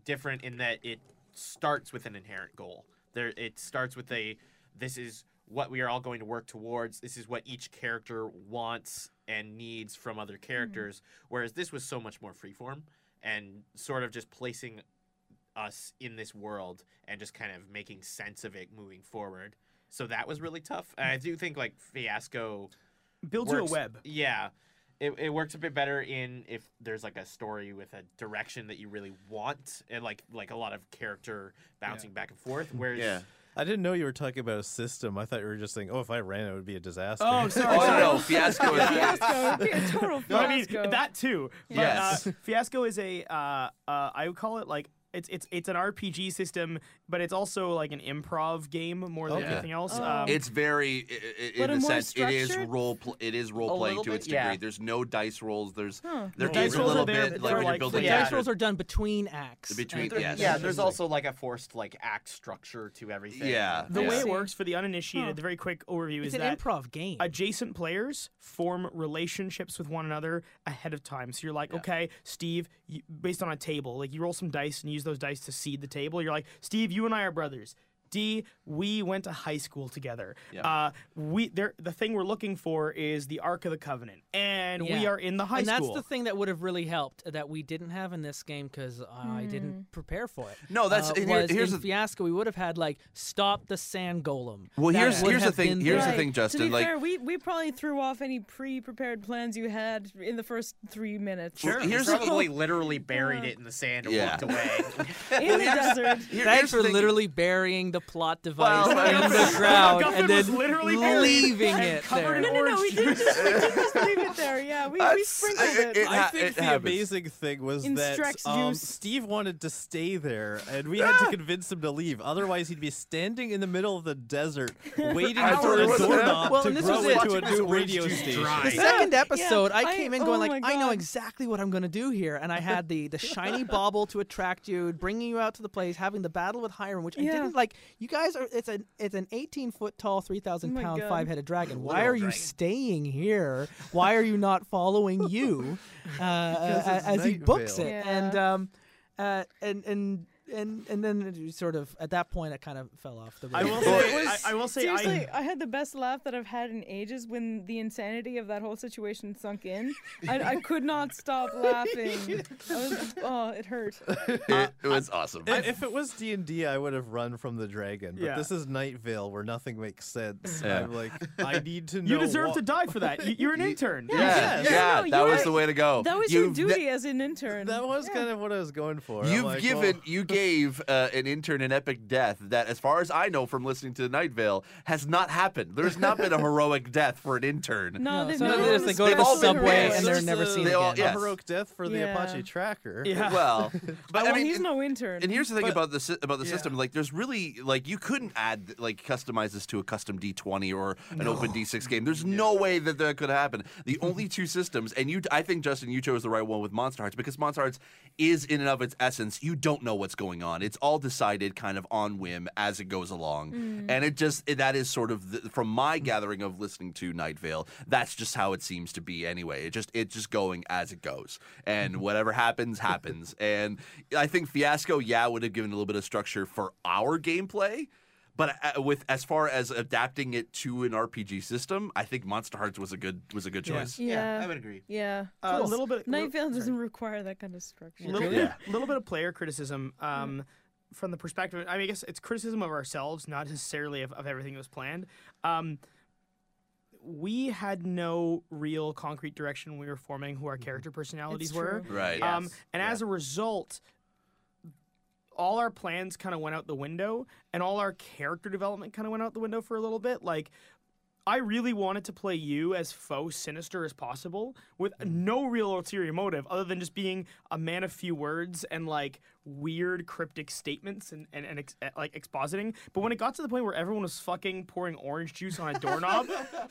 different in that it starts with an inherent goal. There, it starts with a this is what we are all going to work towards. This is what each character wants and needs from other characters. Whereas this was so much more freeform and sort of just placing us in this world and just kind of making sense of it moving forward. So that was really tough. And I do think like Fiasco Build to a works- web. Yeah. It, it works a bit better in if there's like a story with a direction that you really want and like like a lot of character bouncing back and forth. Whereas Yeah. I didn't know you were talking about a system. I thought you were just saying, oh, if I ran, it would be a disaster. Oh, Oh sorry. no, sorry. no, fiasco. Is Fiasco. Yeah, total No, I mean fiasco. that too. But, uh, Yes. Fiasco is a uh, uh, I would call it like it's it's it's an RPG system, but it's also like an improv game more than Okay. anything else. Oh. Um, It's very, i- i- i- But in a a more sense, it is structured- role. Pl- it is role A playing little to bit, its degree. yeah. There's no dice rolls. There's Huh. there Dice is a rolls little are there, bit but like they're when you're like- building Yeah. Dice rolls are done between acts. between. And they're- yes. yeah, there's also like a forced like act structure to everything. Yeah. the way Yeah. it works for the uninitiated, Huh. the very quick overview It's is an that improv game. adjacent players form relationships with one another ahead of time. So you're like, okay, Steve, you, based on a table, like you roll some dice and use those dice to seed the table. You're like, Steve, you and I are brothers. D, we went to high school together. Uh, we there. The thing we're looking for is the Ark of the Covenant, and we Yeah. are in the high and school. that's the thing that would have really helped that we didn't have in this game because I didn't prepare for it. No, that's- uh, and here- was here's in the- Fiasco. We would have had like stop the sand golem. Well, That here's- would here's the have thing- been here's the Right. thing, To Justin, be like- fair, we, we probably threw off any pre-prepared plans you had in the first three minutes. Sure. Here's Here's- probably literally buried it in the sand and Yeah. walked away. in the desert. Here- here's Thanks the for thing. literally burying the plot device Well, I in mean- the ground MacGuffin and was then literally buried leaving and it covered there. in No, no, no. We did just, we did just leave it there. Yeah, we, we That's- sprinkled it- it. it I ha- think it the happens. amazing thing was In that Strex um, juice. Steve wanted to stay there, and we had to convince him to leave. Otherwise, he'd be standing in the middle of the desert, waiting I for thought it a was- doorknob Well, to and this grow was it. into a Watching this new orange radio juice station. dry. The second episode, I I- came in oh going like, my I know God. exactly what I'm going to do here, and I had the the shiny bauble to attract you, bringing you out to the place, having the battle with Hiram, which I Yeah. didn't like. You guys are it's an it's an 18 foot tall, 3,000 Oh my pound, God. five headed dragon. Why Little are you dragon. staying here? Why are you not following you uh, uh, it's as he Night books Vale. it? And um, uh, and and. And and then it was sort of at that point I kind of fell off the. I will rails. say, I, I will say, I, Seriously, I, had the best laugh that I've had in ages when the insanity of that whole situation sunk in. I, I could not stop laughing. I was, oh, it hurt. It, was awesome. I- if it was D and D, I would have run from the dragon. But Yeah. this is Night Vale, where nothing makes sense. Yeah. I'm like, I need to know. you deserve what- to die for that. You, you're an intern. yeah, yeah, yeah, yeah, no, that you was are- the way to go. That was your You've ne- duty as an intern. That was kind of what I was going for. I'm You've like, well- given, you gave uh, an intern an epic death that, as far as I know from listening to Night Vale, has not happened. There's not been a heroic death for an intern. No, No, they've so never it been is a they go to spirit the of subway heroes. and they're never seen they all- again. a Yes. heroic death for the Yeah. Apache tracker. Yeah. Well, but Well, I mean, he's it- no intern. And here's the thing But- about the sy- about the Yeah. system. Like, there's really like you couldn't add like customize this to a custom D20 or an open D6 game. There's no way that that could happen. The only two systems, and you, I think Justin, you chose the right one with Monster Hearts because Monster Hearts is in and of its essence. You don't know what's going on. It's all decided kind of on whim as it goes along, and it just that is sort of the, from my Mm. gathering of listening to Night Vale. That's just how it seems to be anyway. It just it's just going as it goes, and Mm-hmm. whatever happens happens. and I think Fiasco, yeah, would have given a little bit of structure for our gameplay. But uh, with as far as adapting it to an RPG system, I think Monster Hearts was a good was a good Yeah. choice. yeah, I Yeah, would agree. yeah. Uh, a Cool. little bit. Night Vale sorry. doesn't require that kind of structure. little, Yeah. little bit of player criticism um, from the perspective. I mean, I guess it's criticism of ourselves, not necessarily of, of everything that was planned. Um, we had no real concrete direction when we were forming who our character personalities Mm-hmm. It's were. true. Right. Yeah. Um, Yes, and yeah. as a result, all our plans kind of went out the window, and all our character development kind of went out the window for a little bit. Like, I really wanted to play you as faux sinister as possible, with Mm. no real ulterior motive other than just being a man of few words and like weird cryptic statements and and, and ex- eh, like expositing. But when it got to the point where everyone was fucking pouring orange juice on a doorknob,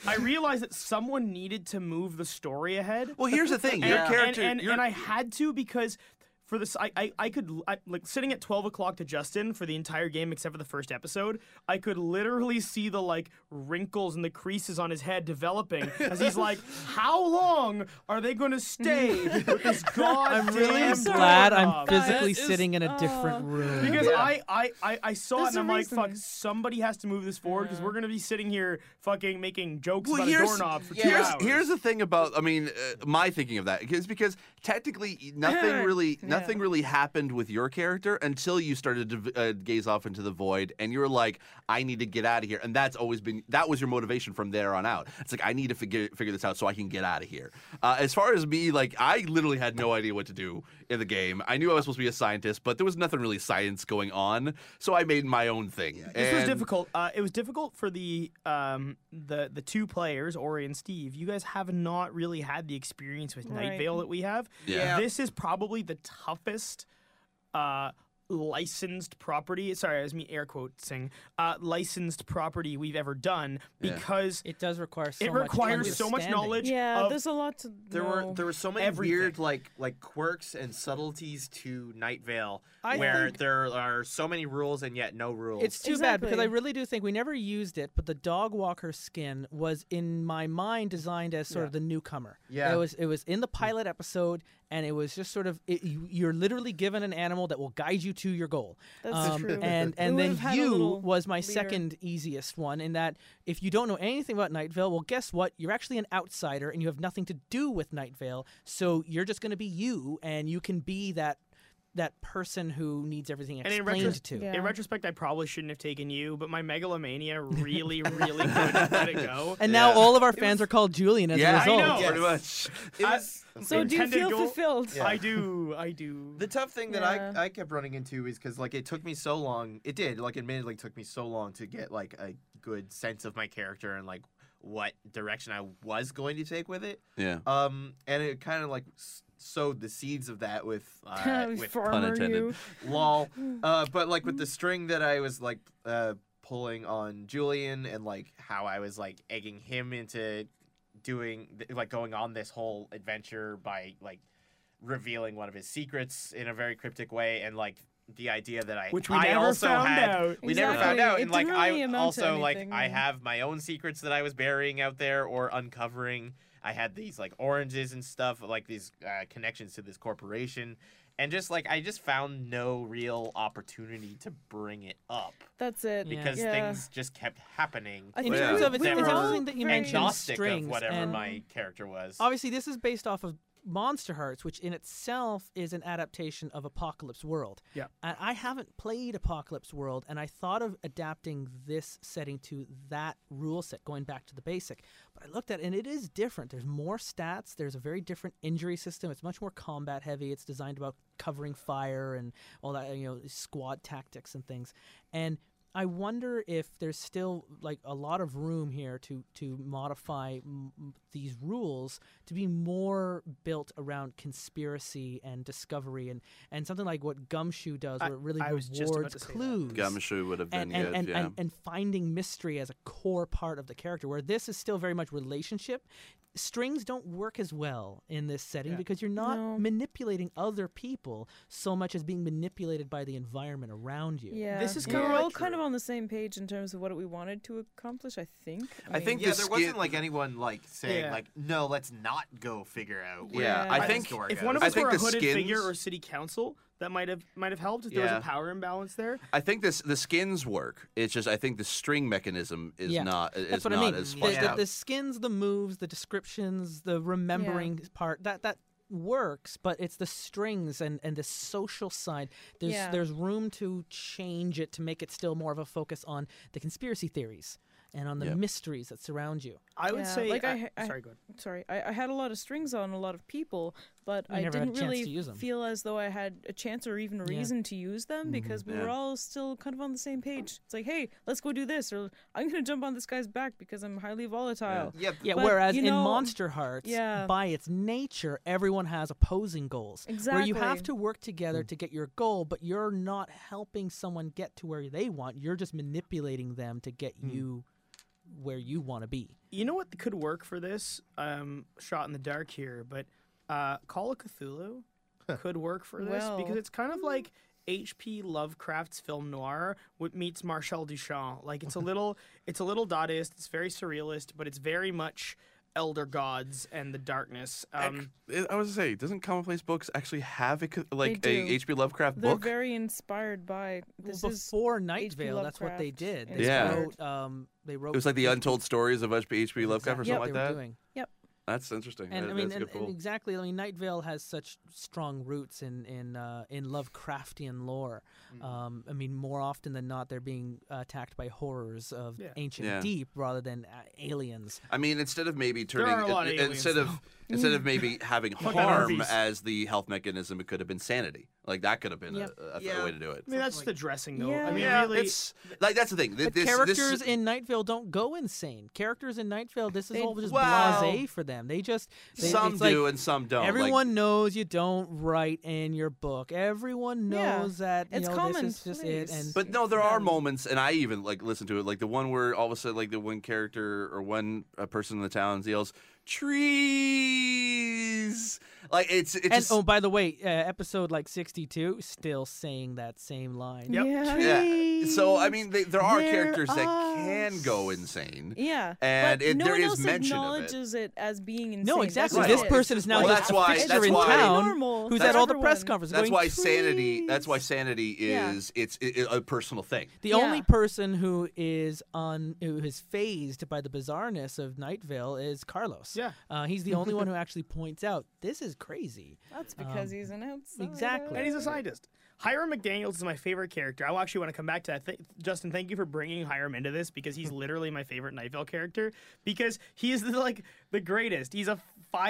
I realized that someone needed to move the story ahead. Well, here's the thing. Your And- character, and, and, your- and I had to because for this, I, I, I could I, like sitting at twelve o'clock to Justin for the entire game except for the first episode. I could literally see the like wrinkles and the creases on his head developing as he's like, "How long are they going to stay with this goddamn?" I'm really I'm sorry. glad doorknob?" I'm That physically is- sitting in a different oh. room. Because I, I, I, I saw There's it and a I'm like, fuck, reason. somebody has to move this forward because we're gonna be sitting here fucking making jokes Well, about a here's, doorknob for two here's, hours. here's the thing about I mean uh, my thinking of that is because technically e, nothing really nothing really happened with your character until you started to v- uh, gaze off into the void and you were like I need to get out of here and that's always been that was your motivation from there on out it's like I need to figure figure this out so I can get out of here uh, as far as me like I literally had no idea what to do in the game I knew I was supposed to be a scientist but there was nothing really science going on so I made my own thing This was And- difficult. Uh, it was difficult for the um, the the two players, Ori and Steve. You guys have not really had the experience with Night Right. Vale that we have. Yeah. This is probably the toughest uh, licensed property. Sorry, I was me air quoting uh, licensed property we've ever done because it does require so it much requires so much understanding. knowledge. Yeah, of there's a lot to There were know. there were so many Everything. weird like like quirks and subtleties to Night Vale, I where think- there are so many rules and yet no rules. It's too bad because I Exactly. really do think we never used it, but the dog walker skin was in my mind designed as sort of the newcomer. Yeah. it was. It was in the Hmm. pilot episode, and it was just sort of it, you, you're literally given an animal that will guide you to your goal. That's um, true. And It and would've then had a you little was my leader. second easiest one in that if you don't know anything about Night Vale, well, guess what? You're actually an outsider, and you have nothing to do with Night Vale, so you're just going to be you, and you can be that. That person who needs everything And in explained retros- to. Yeah. In retrospect, I probably shouldn't have taken you, but my megalomania really, really couldn't let it go. And now all of our fans are called Julian as yeah, a result. I know. pretty much. It I- was- so do you intended feel goal- fulfilled? Yeah. I do, I do. The tough thing that Yeah. I, I kept running into is because like it took me so long. It did like admittedly took me so long to get like a good sense of my character and like what direction I was going to take with it. Yeah. Um, and it kind of like s- sowed the seeds of that with uh, with Farmer intended. you. lol. Uh, but like with the string that I was like uh, pulling on Julian and like how I was like egging him into doing th- like going on this whole adventure by like revealing one of his secrets in a very cryptic way and like the idea that I Which we I never also found had out. we never found Exactly. out It and like didn't really I amount to also like anything, I yeah. have my own secrets that I was burying out there or uncovering I had these like oranges and stuff like these uh, connections to this corporation and just like I just found no real opportunity to bring it up That's it. Yeah. because Yeah. things just kept happening. In Yeah. terms of it's, We it's were all interesting that you very- mentioned agnostic strings. of whatever and my character was. Obviously, this is based off of Monster Hearts, which in itself is an adaptation of Apocalypse World. Yeah. And I haven't played Apocalypse World, and I thought of adapting this setting to that rule set, going back to the basic. But I looked at it, and it is different. There's more stats. There's a very different injury system. It's much more combat heavy. It's designed about covering fire and all that, you know, squad tactics and things. And I wonder if there's still like a lot of room here to to modify m- m- these rules to be more built around conspiracy and discovery and and something like what Gumshoe does, I- where it really I was just about rewards to say that. clues Gumshoe would have been and, and, good. and, yeah. and, and finding mystery as a core part of the character, where this is still very much relationship. Strings don't work as well in this setting because you're not No. manipulating other people so much as being manipulated by the environment around you. Yeah. This is We kinda We're all like- kind of on the same page in terms of what we wanted to accomplish, I think. I think yeah, the there skin- wasn't like anyone like saying Yeah. like, no, let's not go figure out. Where Yeah, Yeah. I this think door if goes." one of I us think were a the hooded figure skins- or city council, that might have might have helped if there Yeah. was a power imbalance there. I think this the skins work. It's just I think the string mechanism is Yeah. not is That's what not I mean. as the, fleshed the- out. the skins, the moves, the descriptions, the remembering part that that works, but it's the strings and, and the social side. There's Yeah. there's room to change it to make it still more of a focus on the conspiracy theories and on the Yep. mysteries that surround you. I would Yeah, say. like I I- ha- I- sorry, go ahead. Sorry, I, I had a lot of strings on a lot of people, but You I never had a didn't chance really to use 'em. feel as though I had a chance or even a Yeah. Mm-hmm. reason to use them because we were Yeah. all still kind of on the same page. It's like, hey, let's go do this, or I'm going to jump on this guy's back because I'm highly volatile. yeah, Yeah, But, whereas you in know, Monster Hearts, yeah. by its nature, everyone has opposing goals. Where you have Exactly. to work Mm. together to get your goal, but you're not helping someone get to where they want. You're just manipulating them to get Mm. you where you want to be. You know what could work for this? Um, shot in the dark here, but uh, Call of Cthulhu could work for this because Well. hmm. it's kind of like H.P. Lovecraft's film noir what meets Marcel Duchamp. Like it's a little it's a little Dadaist, it's very surrealist, but it's very much elder gods and the darkness. Um, I I was gonna say, doesn't commonplace books actually have a co- like do. a H.P. Lovecraft They're book? very inspired by this well, is before Night H.P. Vale, that's what they Lovecraft did. and They Yeah. wrote, um, they wrote. it was like the untold stories of H.P. Lovecraft or exactly something what like they were that. doing. That's interesting. And That- I mean, that's a and, good and pull. exactly. I mean, Night Vale has such strong roots in in uh, in Lovecraftian lore. Mm-hmm. Um, I mean, more often than not, they're being attacked by horrors of Yeah. ancient Yeah. deep rather than uh, aliens. I mean, instead of maybe There are turning a lot of in- aliens, instead of instead of maybe having Fuck that harm Arby's. as the health mechanism, it could have been sanity. Like that could have been Yep. a, a, Yeah. way to do it. I mean that's the dressing though. I Yeah. mean Yeah, really it's like that's the thing. Th- But this- this- characters in Night Vale don't go insane. Characters in Night Vale, this is They- all just Well, blasé for them. They just they, some it's do like, and some don't. Like, Everyone knows you don't write in your book. Everyone Yeah. knows that you It's know common this is just it. place. And But no, there are moments, and I even like listen to it, like the one where all of a sudden, like the one character or one uh, person in the town yells trees. Like it's it's and just, oh, by the way, uh, episode like sixty-two, still saying that same line. Yep. yeah yeah. So I mean, they, there are There characters that are can go insane. yeah And but it- no there one is else mention of it. acknowledges it. as being insane No, That's exactly. Right. just This it. person is now Well, just that's a why- fixture that's in why- town Normal who's for at all the press everyone. conferences. That's going, why sanity. That's why "Trees." sanity Yeah. is it's i i- a personal thing. The Yeah. only person who is on who is phased by the bizarreness of Night Vale is Carlos. Yeah. uh, he's the only one who actually points out this is crazy. that's because Um, he's an outsider exactly. and he's a scientist. Hiram McDaniels is my favorite character. I actually want to come back to that. Th- Justin, thank you for bringing Hiram into this because he's literally my favorite Night Vale character because he is the, like the greatest. He's a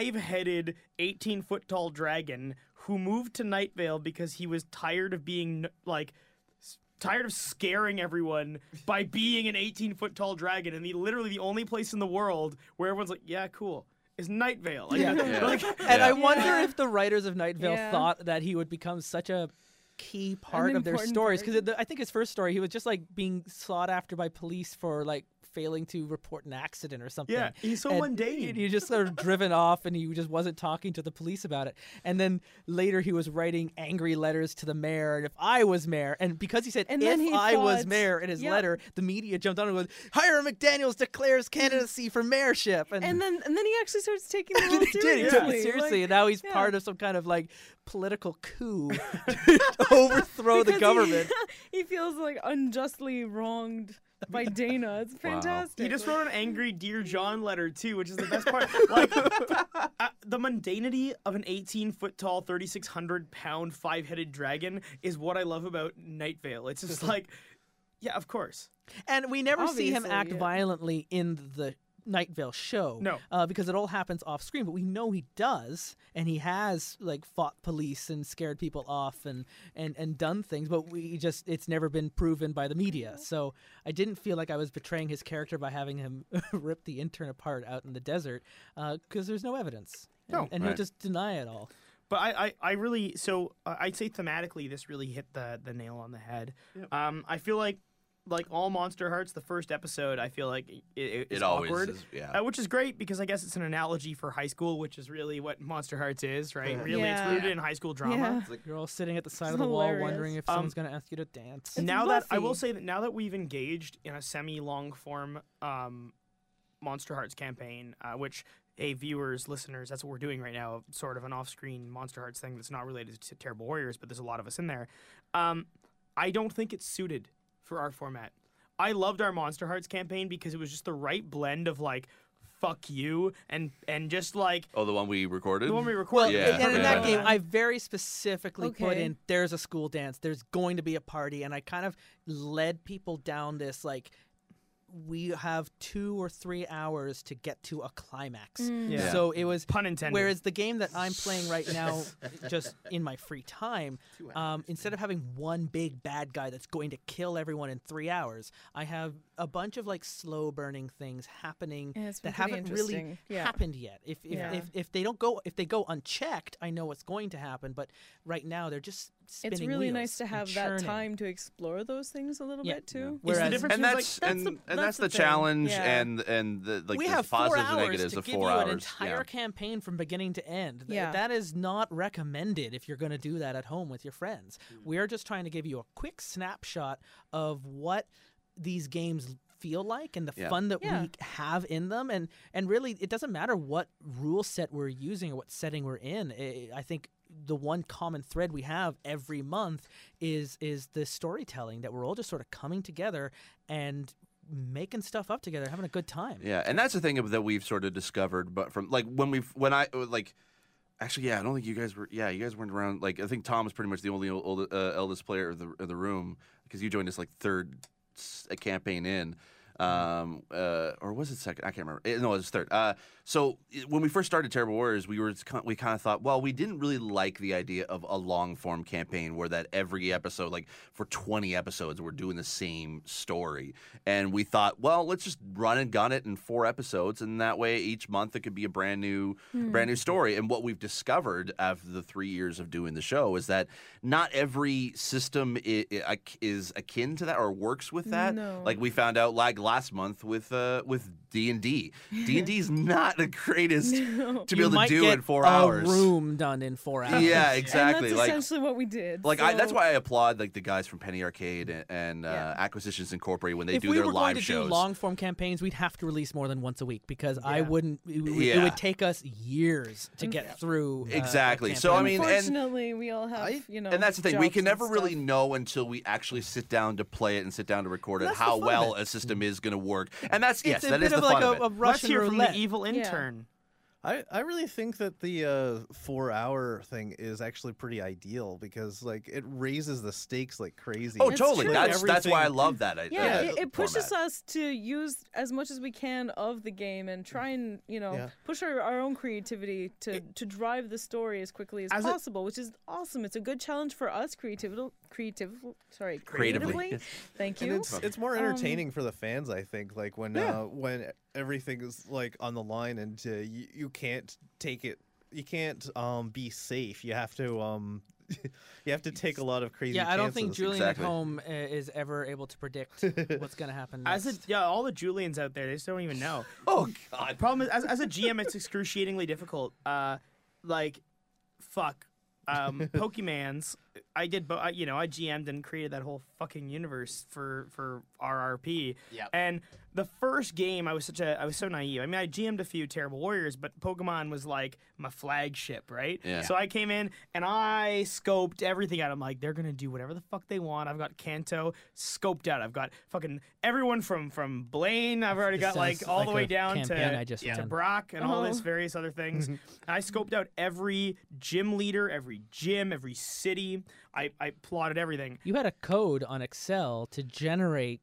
five-headed, 18-foot tall dragon who moved to Night Vale because he was tired of being like s- tired of scaring everyone by being an 18-foot tall dragon and the literally the only place in the world where everyone's like, "Yeah, cool." Is Night Vale. Like, Yeah. like, And Yeah. I wonder if the writers of Night Vale Yeah. thought that he would become such a key part of their important stories part. because I think his first story he was just like being sought after by police for like failing to report an accident or something. Yeah, he's so and mundane. He just sort of driven off and he just wasn't talking to the police about it. And then later he was writing angry letters to the mayor and if I was mayor and because he said And if then he I was thought- mayor in his Yep. letter the media jumped on and was Hiram McDaniels declares candidacy for mayorship and, and then and then he actually starts taking the and role he did. He took it seriously. seriously, Like, and now he's yeah. part of some kind of like political coup to overthrow the because he- government. He, feels like unjustly wronged by Dana. It's fantastic. He just Like, wrote an angry Dear John letter too, which is the best part. Like uh, the mundanity of an 18 foot tall, 3,600 pound, five headed dragon is what I love about Night Vale. It's just like, yeah, of course. And we never see him Obviously, act yeah. violently in the Night Vale show. No. uh, because it all happens off screen. But we know he does, and he has like fought police and scared people off and and and done things. But we just it's never been proven by the media. So I didn't feel like I was betraying his character by having him rip the intern apart out in the desert because there's no evidence. No. and, and he'll Right. just deny it all. But I, I, I really, so uh, I'd say thematically, this really hit the, the nail on the head. Um, I feel like, like all Monster Hearts, the first episode, I feel like it, it, It it's always awkward. is. Yeah. Uh, which is great because I guess it's an analogy for high school, which is really what Monster Hearts is, right? Really, it's Yeah. rooted in high school drama. Yeah. You're all sitting at the side It's of the wall hilarious. wondering if Um, someone's going to ask you to dance. It's now that I will Buffy. say that now that we've engaged in a semi long form um, Monster Hearts campaign, uh, which hey viewers, listeners, that's what we're doing right now, sort of an off screen Monster Hearts thing that's not related to Terrible Warriors, but there's a lot of us in there. Um, I don't think it's suited for our format. I loved our Monster Hearts campaign because it was just the right blend of like fuck you and and just like Oh, the one we recorded. the one we Well, recorded. Yeah, and in that yeah. game, I very specifically put Okay. in there's a school dance, there's going to be a party, and I kind of led people down this like we have two or three hours to get to a climax. Yeah. So it was pun intended. Whereas the game that I'm playing right now, just in my free time, um, instead of having one big bad guy that's going to kill everyone in three hours, I have a bunch of like slow burning things happening Yeah, it's been that pretty haven't really interesting. Yeah. happened yet. If if, Yeah. if if they don't go if they go unchecked, I know what's going to happen. But right now they're just it's spinning really wheels nice to and have that churning. time to explore those things a little Yeah. bit too. Whereas difference and Seems like that's, that's and, the- and that's that's the the, thing. challenge Yeah. and and the like we the have four positives hours and negatives to of give four you hours. an entire yeah. campaign from beginning to end. Th- Yeah. that is not recommended if you're going to do that at home with your friends. Hmm. We are just trying to give you a quick snapshot of what these games feel like and the Yeah. fun that Yeah. we have in them and and really it doesn't matter what rule set we're using or what setting we're in I- i think the one common thread we have every month is is the storytelling that we're all just sort of coming together and making stuff up together having a good time Yeah, and that's the thing that we've sort of discovered, but from like when we've when I uh, like, actually, yeah, I don't think you guys were. Yeah, you guys weren't around. Like, I think Tom is pretty much the only old, old, uh, eldest player of the of the room because you joined us like third s- uh, campaign in. Um, uh, or was it second? I can't remember. Eh, no, it was third. Uh, so i- when we first started Terrible Warriors, we were kind we kind of thought, well, we didn't really like the idea of a long form campaign where that every episode, like for twenty episodes, we're doing the same story. And we thought, well, let's just run and gun it in four episodes, and that way each month it could be a brand new, brand new story. And what we've discovered after the three years of doing the show is that not every system is, is akin to that or works with that. No. Like we found out like last month with uh, with D and D. D and D is not the greatest to be you able to might do get in four a hours. room done in four hours. Yeah, And exactly. that's Like essentially what we did. like I, that's so- why I applaud like the guys from Penny Arcade and, and uh, Yeah. Acquisitions Incorporated when they if do we their were live going to shows. do long form campaigns, we'd have to release more than once a week because I Yeah. wouldn't. It, would- it Yeah. would take us years to get through. uh, a Exactly. So, I campaign. mean, and- Unfortunately, we all have I- you know. and that's the thing we jobs can and never really stuff. know until we actually sit down to play it and sit down to record it That's the how fun of well it. a system is going to work and that's yes it's a that bit is the of like fun a, of it a Let's Russian hear from roulette. E the evil intern. I, I really think that the uh, four hour thing is actually pretty ideal because like it raises the stakes like crazy. oh It's totally true. that's that's why I Everything- love that I- Yeah, uh, it, it pushes format. us to use as much as we can of the game and try and you know Yeah. push our, our own creativity to to drive the story as quickly as, As it- possible, which is awesome. It's a good challenge for us creative creative sorry Creatively. creatively. Thank And you. it's it's Um, more entertaining for the fans, I think. Like when uh, when everything is like on the line and uh, you, you can't take it, you can't um, be safe. You have to um, you have to take a lot of crazy. yeah, I don't think chances. Julian exactly. at home uh, is ever able to predict what's going to happen. As a next. yeah, all the Julians out there, they just don't even know. oh god Problem is, as, as a GM, it's excruciatingly difficult. Uh, like, fuck, um, Pokemans. I did, bo- I, you know, I GM'd and created that whole fucking universe for for RRP. Yep. And the first game, I was such a, I was so naive. I mean, I GM'd a few terrible warriors, but Pokemon was like my flagship, right? Yeah. So I came in and I scoped everything out. I'm like, they're gonna do whatever the fuck they want. I've got Kanto scoped out. I've got fucking everyone from from Blaine. I've already This got like sounds all the like way a down campaign to I just to ran. Brock and all this Oh. various other things. And Mm-hmm. I scoped out every gym leader, every gym, every city. I, I plotted everything. you had a code on Excel to generate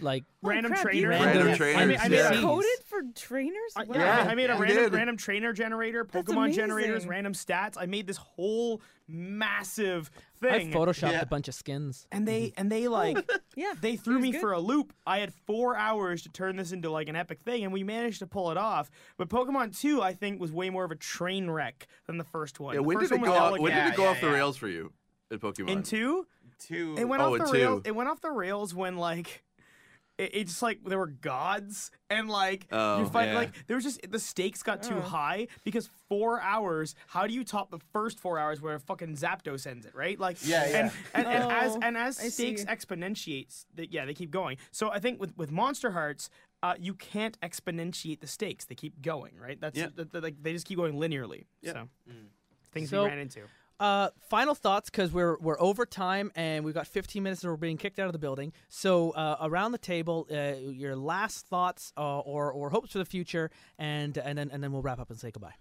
like random crap, you trainer. Random Random I made, I made trainers, a yeah. code. Coded for trainers? I, Wow. Uh, yeah, I made a You random, did. random trainer generator, That's Pokemon generators, amazing. random stats. I made this whole massive I thing. photoshopped Yeah. a bunch of skins. and they and they like yeah, they threw was me good. for a loop. I had four hours to turn this into like an epic thing, and we managed to pull it off. But Pokemon Two, I think, was way more of a train wreck than the first one. yeah, The when first did it one go was off, all, when like, did it yeah, go yeah, off the yeah. rails for you in Pokemon in two? Two. It went off Oh, in the two. rails. It went off the rails when like it, it's just like there were gods and like Oh, you fight yeah. like there was just the stakes got Mm. too high because four hours. How do you top the first four hours where fucking Zapdos ends it right? Like Yeah, And and, and as Oh, and as I stakes see. exponentiates, that yeah, they keep going. So I think with with Monster Hearts. Uh, you can't exponentiate the stakes; they keep going, right? That's Yeah. Mm. that- that- like they just keep going linearly. So things So- we ran into. Uh, final thoughts because we're we're over time and we've got 15 minutes and we're being kicked out of the building. So uh, around the table, uh, your last thoughts uh, or or hopes for the future, and and then and then we'll wrap up and say goodbye.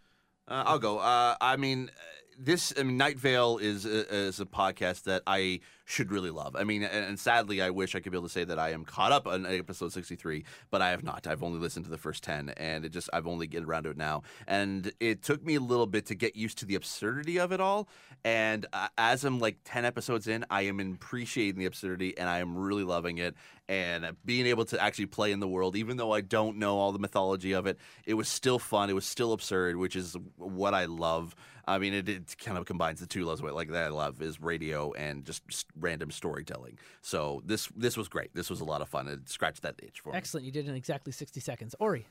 Uh, I'll go. Uh, I mean, uh, this I mean, Night Vale is a, is a podcast that I should really love. I mean, and, and sadly, I wish I could be able to say that I am caught up on episode sixty three, but I have not. I've only listened to the first ten, and it just I've only get around to it now. And it took me a little bit to get used to the absurdity of it all. And uh, as I'm like ten episodes in, I am appreciating the absurdity, and I am really loving it. And uh, being able to actually play in the world, even though I don't know all the mythology of it, it was still fun. It was still absurd, which is what I love. I mean, it, it kind of combines the two loves what like that I love is radio and just s- random storytelling. So this this was great. This was a lot of fun. It scratched that itch for me. Excellent. You did it in exactly 60 seconds. Ori.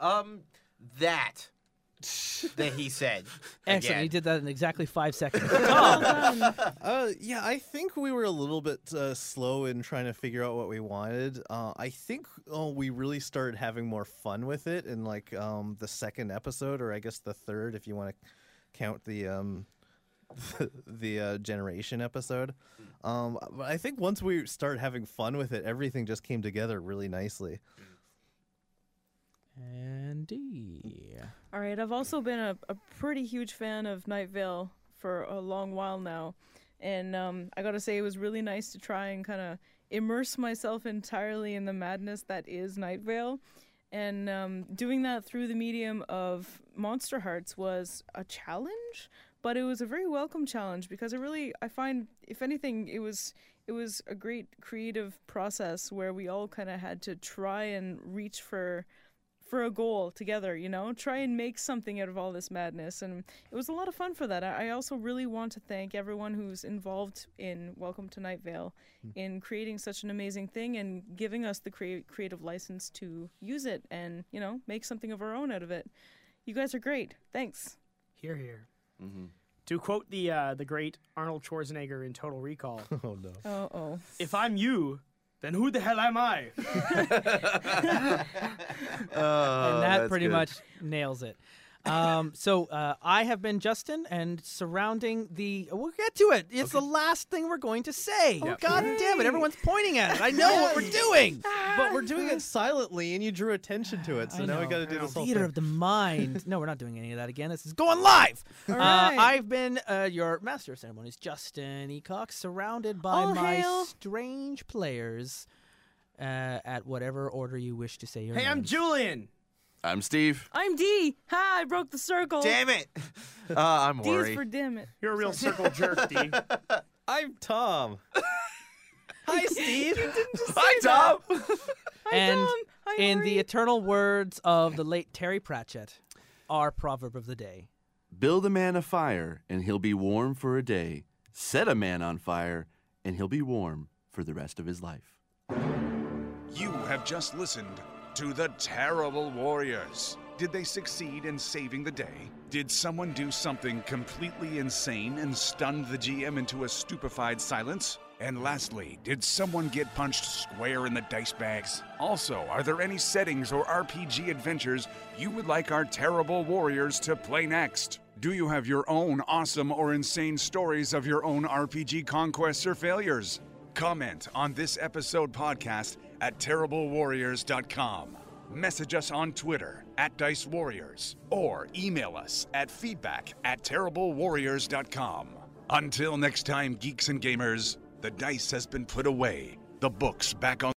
Um, that that he said. Excellent. again. You did that in exactly five seconds. Tom. Uh, yeah, I think we were a little bit uh, slow in trying to figure out what we wanted. Uh, I think oh, we really started having more fun with it in like um, the second episode, or I guess the third, if you want to count the um, the uh, generation episode. Um, but I think once we started having fun with it, everything just came together really nicely. Andy. All right, I've also been a, a pretty huge fan of Night Vale for a long while now. And um, I gotta say, it was really nice to try and kind of immerse myself entirely in the madness that is Night Vale. And um, doing that through the medium of Monster Hearts was a challenge, but it was a very welcome challenge because it really, I find, if anything, it was it was a great creative process where we all kind of had to try and reach for for a goal together, you know? Try and make something out of all this madness. And it was a lot of fun for that. I I also really want to thank everyone who's involved in Welcome to Night Vale in creating such an amazing thing and giving us the crea- creative license to use it and, you know, make something of our own out of it. You guys are great. Thanks. Here, here. To quote the uh, the great Arnold Schwarzenegger in Total Recall, Oh no. Oh, oh. "If I'm you, then who the hell am I?" Oh, and that that's pretty good. much nails it. Um, so uh, I have been Justin, and surrounding the we'll get to it. It's the last thing we're going to say. God damn it! Everyone's pointing at it. I know what we're doing. But we're doing it silently, and you drew attention to it, so I now we know. got to do this whole Theater thing. of the mind. No, we're not doing any of that again. This is going live. All Uh, right. I've been uh, your master of ceremonies, Justin Ecox, surrounded by All my hail. strange players. Uh, at whatever order you wish to say your hey, name. I'm Julian. I'm Steve. I'm D. Ha, I broke the circle. Damn it! Uh, I'm D is Ori. for damn it. You're a real circle jerk, D. I'm Tom. Hi, Steve. Hi, Tom. Hi, and Tom. Hi, in Ori. the eternal words of the late Terry Pratchett, our proverb of the day. Build a man a fire, and he'll be warm for a day. Set a man on fire, and he'll be warm for the rest of his life. You have just listened to the Terrible Warriors. Did they succeed in saving the day? Did someone do something completely insane and stunned the GM into a stupefied silence? And lastly, did someone get punched square in the dice bags? Also, are there any settings or RPG adventures you would like our Terrible Warriors to play next? Do you have your own awesome or insane stories of your own RPG conquests or failures? Comment on this episode podcast at terriblewarriors.com. Message us on Twitter at Dice Warriors or email us at feedback at terriblewarriors.com. Until next time, geeks and gamers, the dice has been put away, the books back on.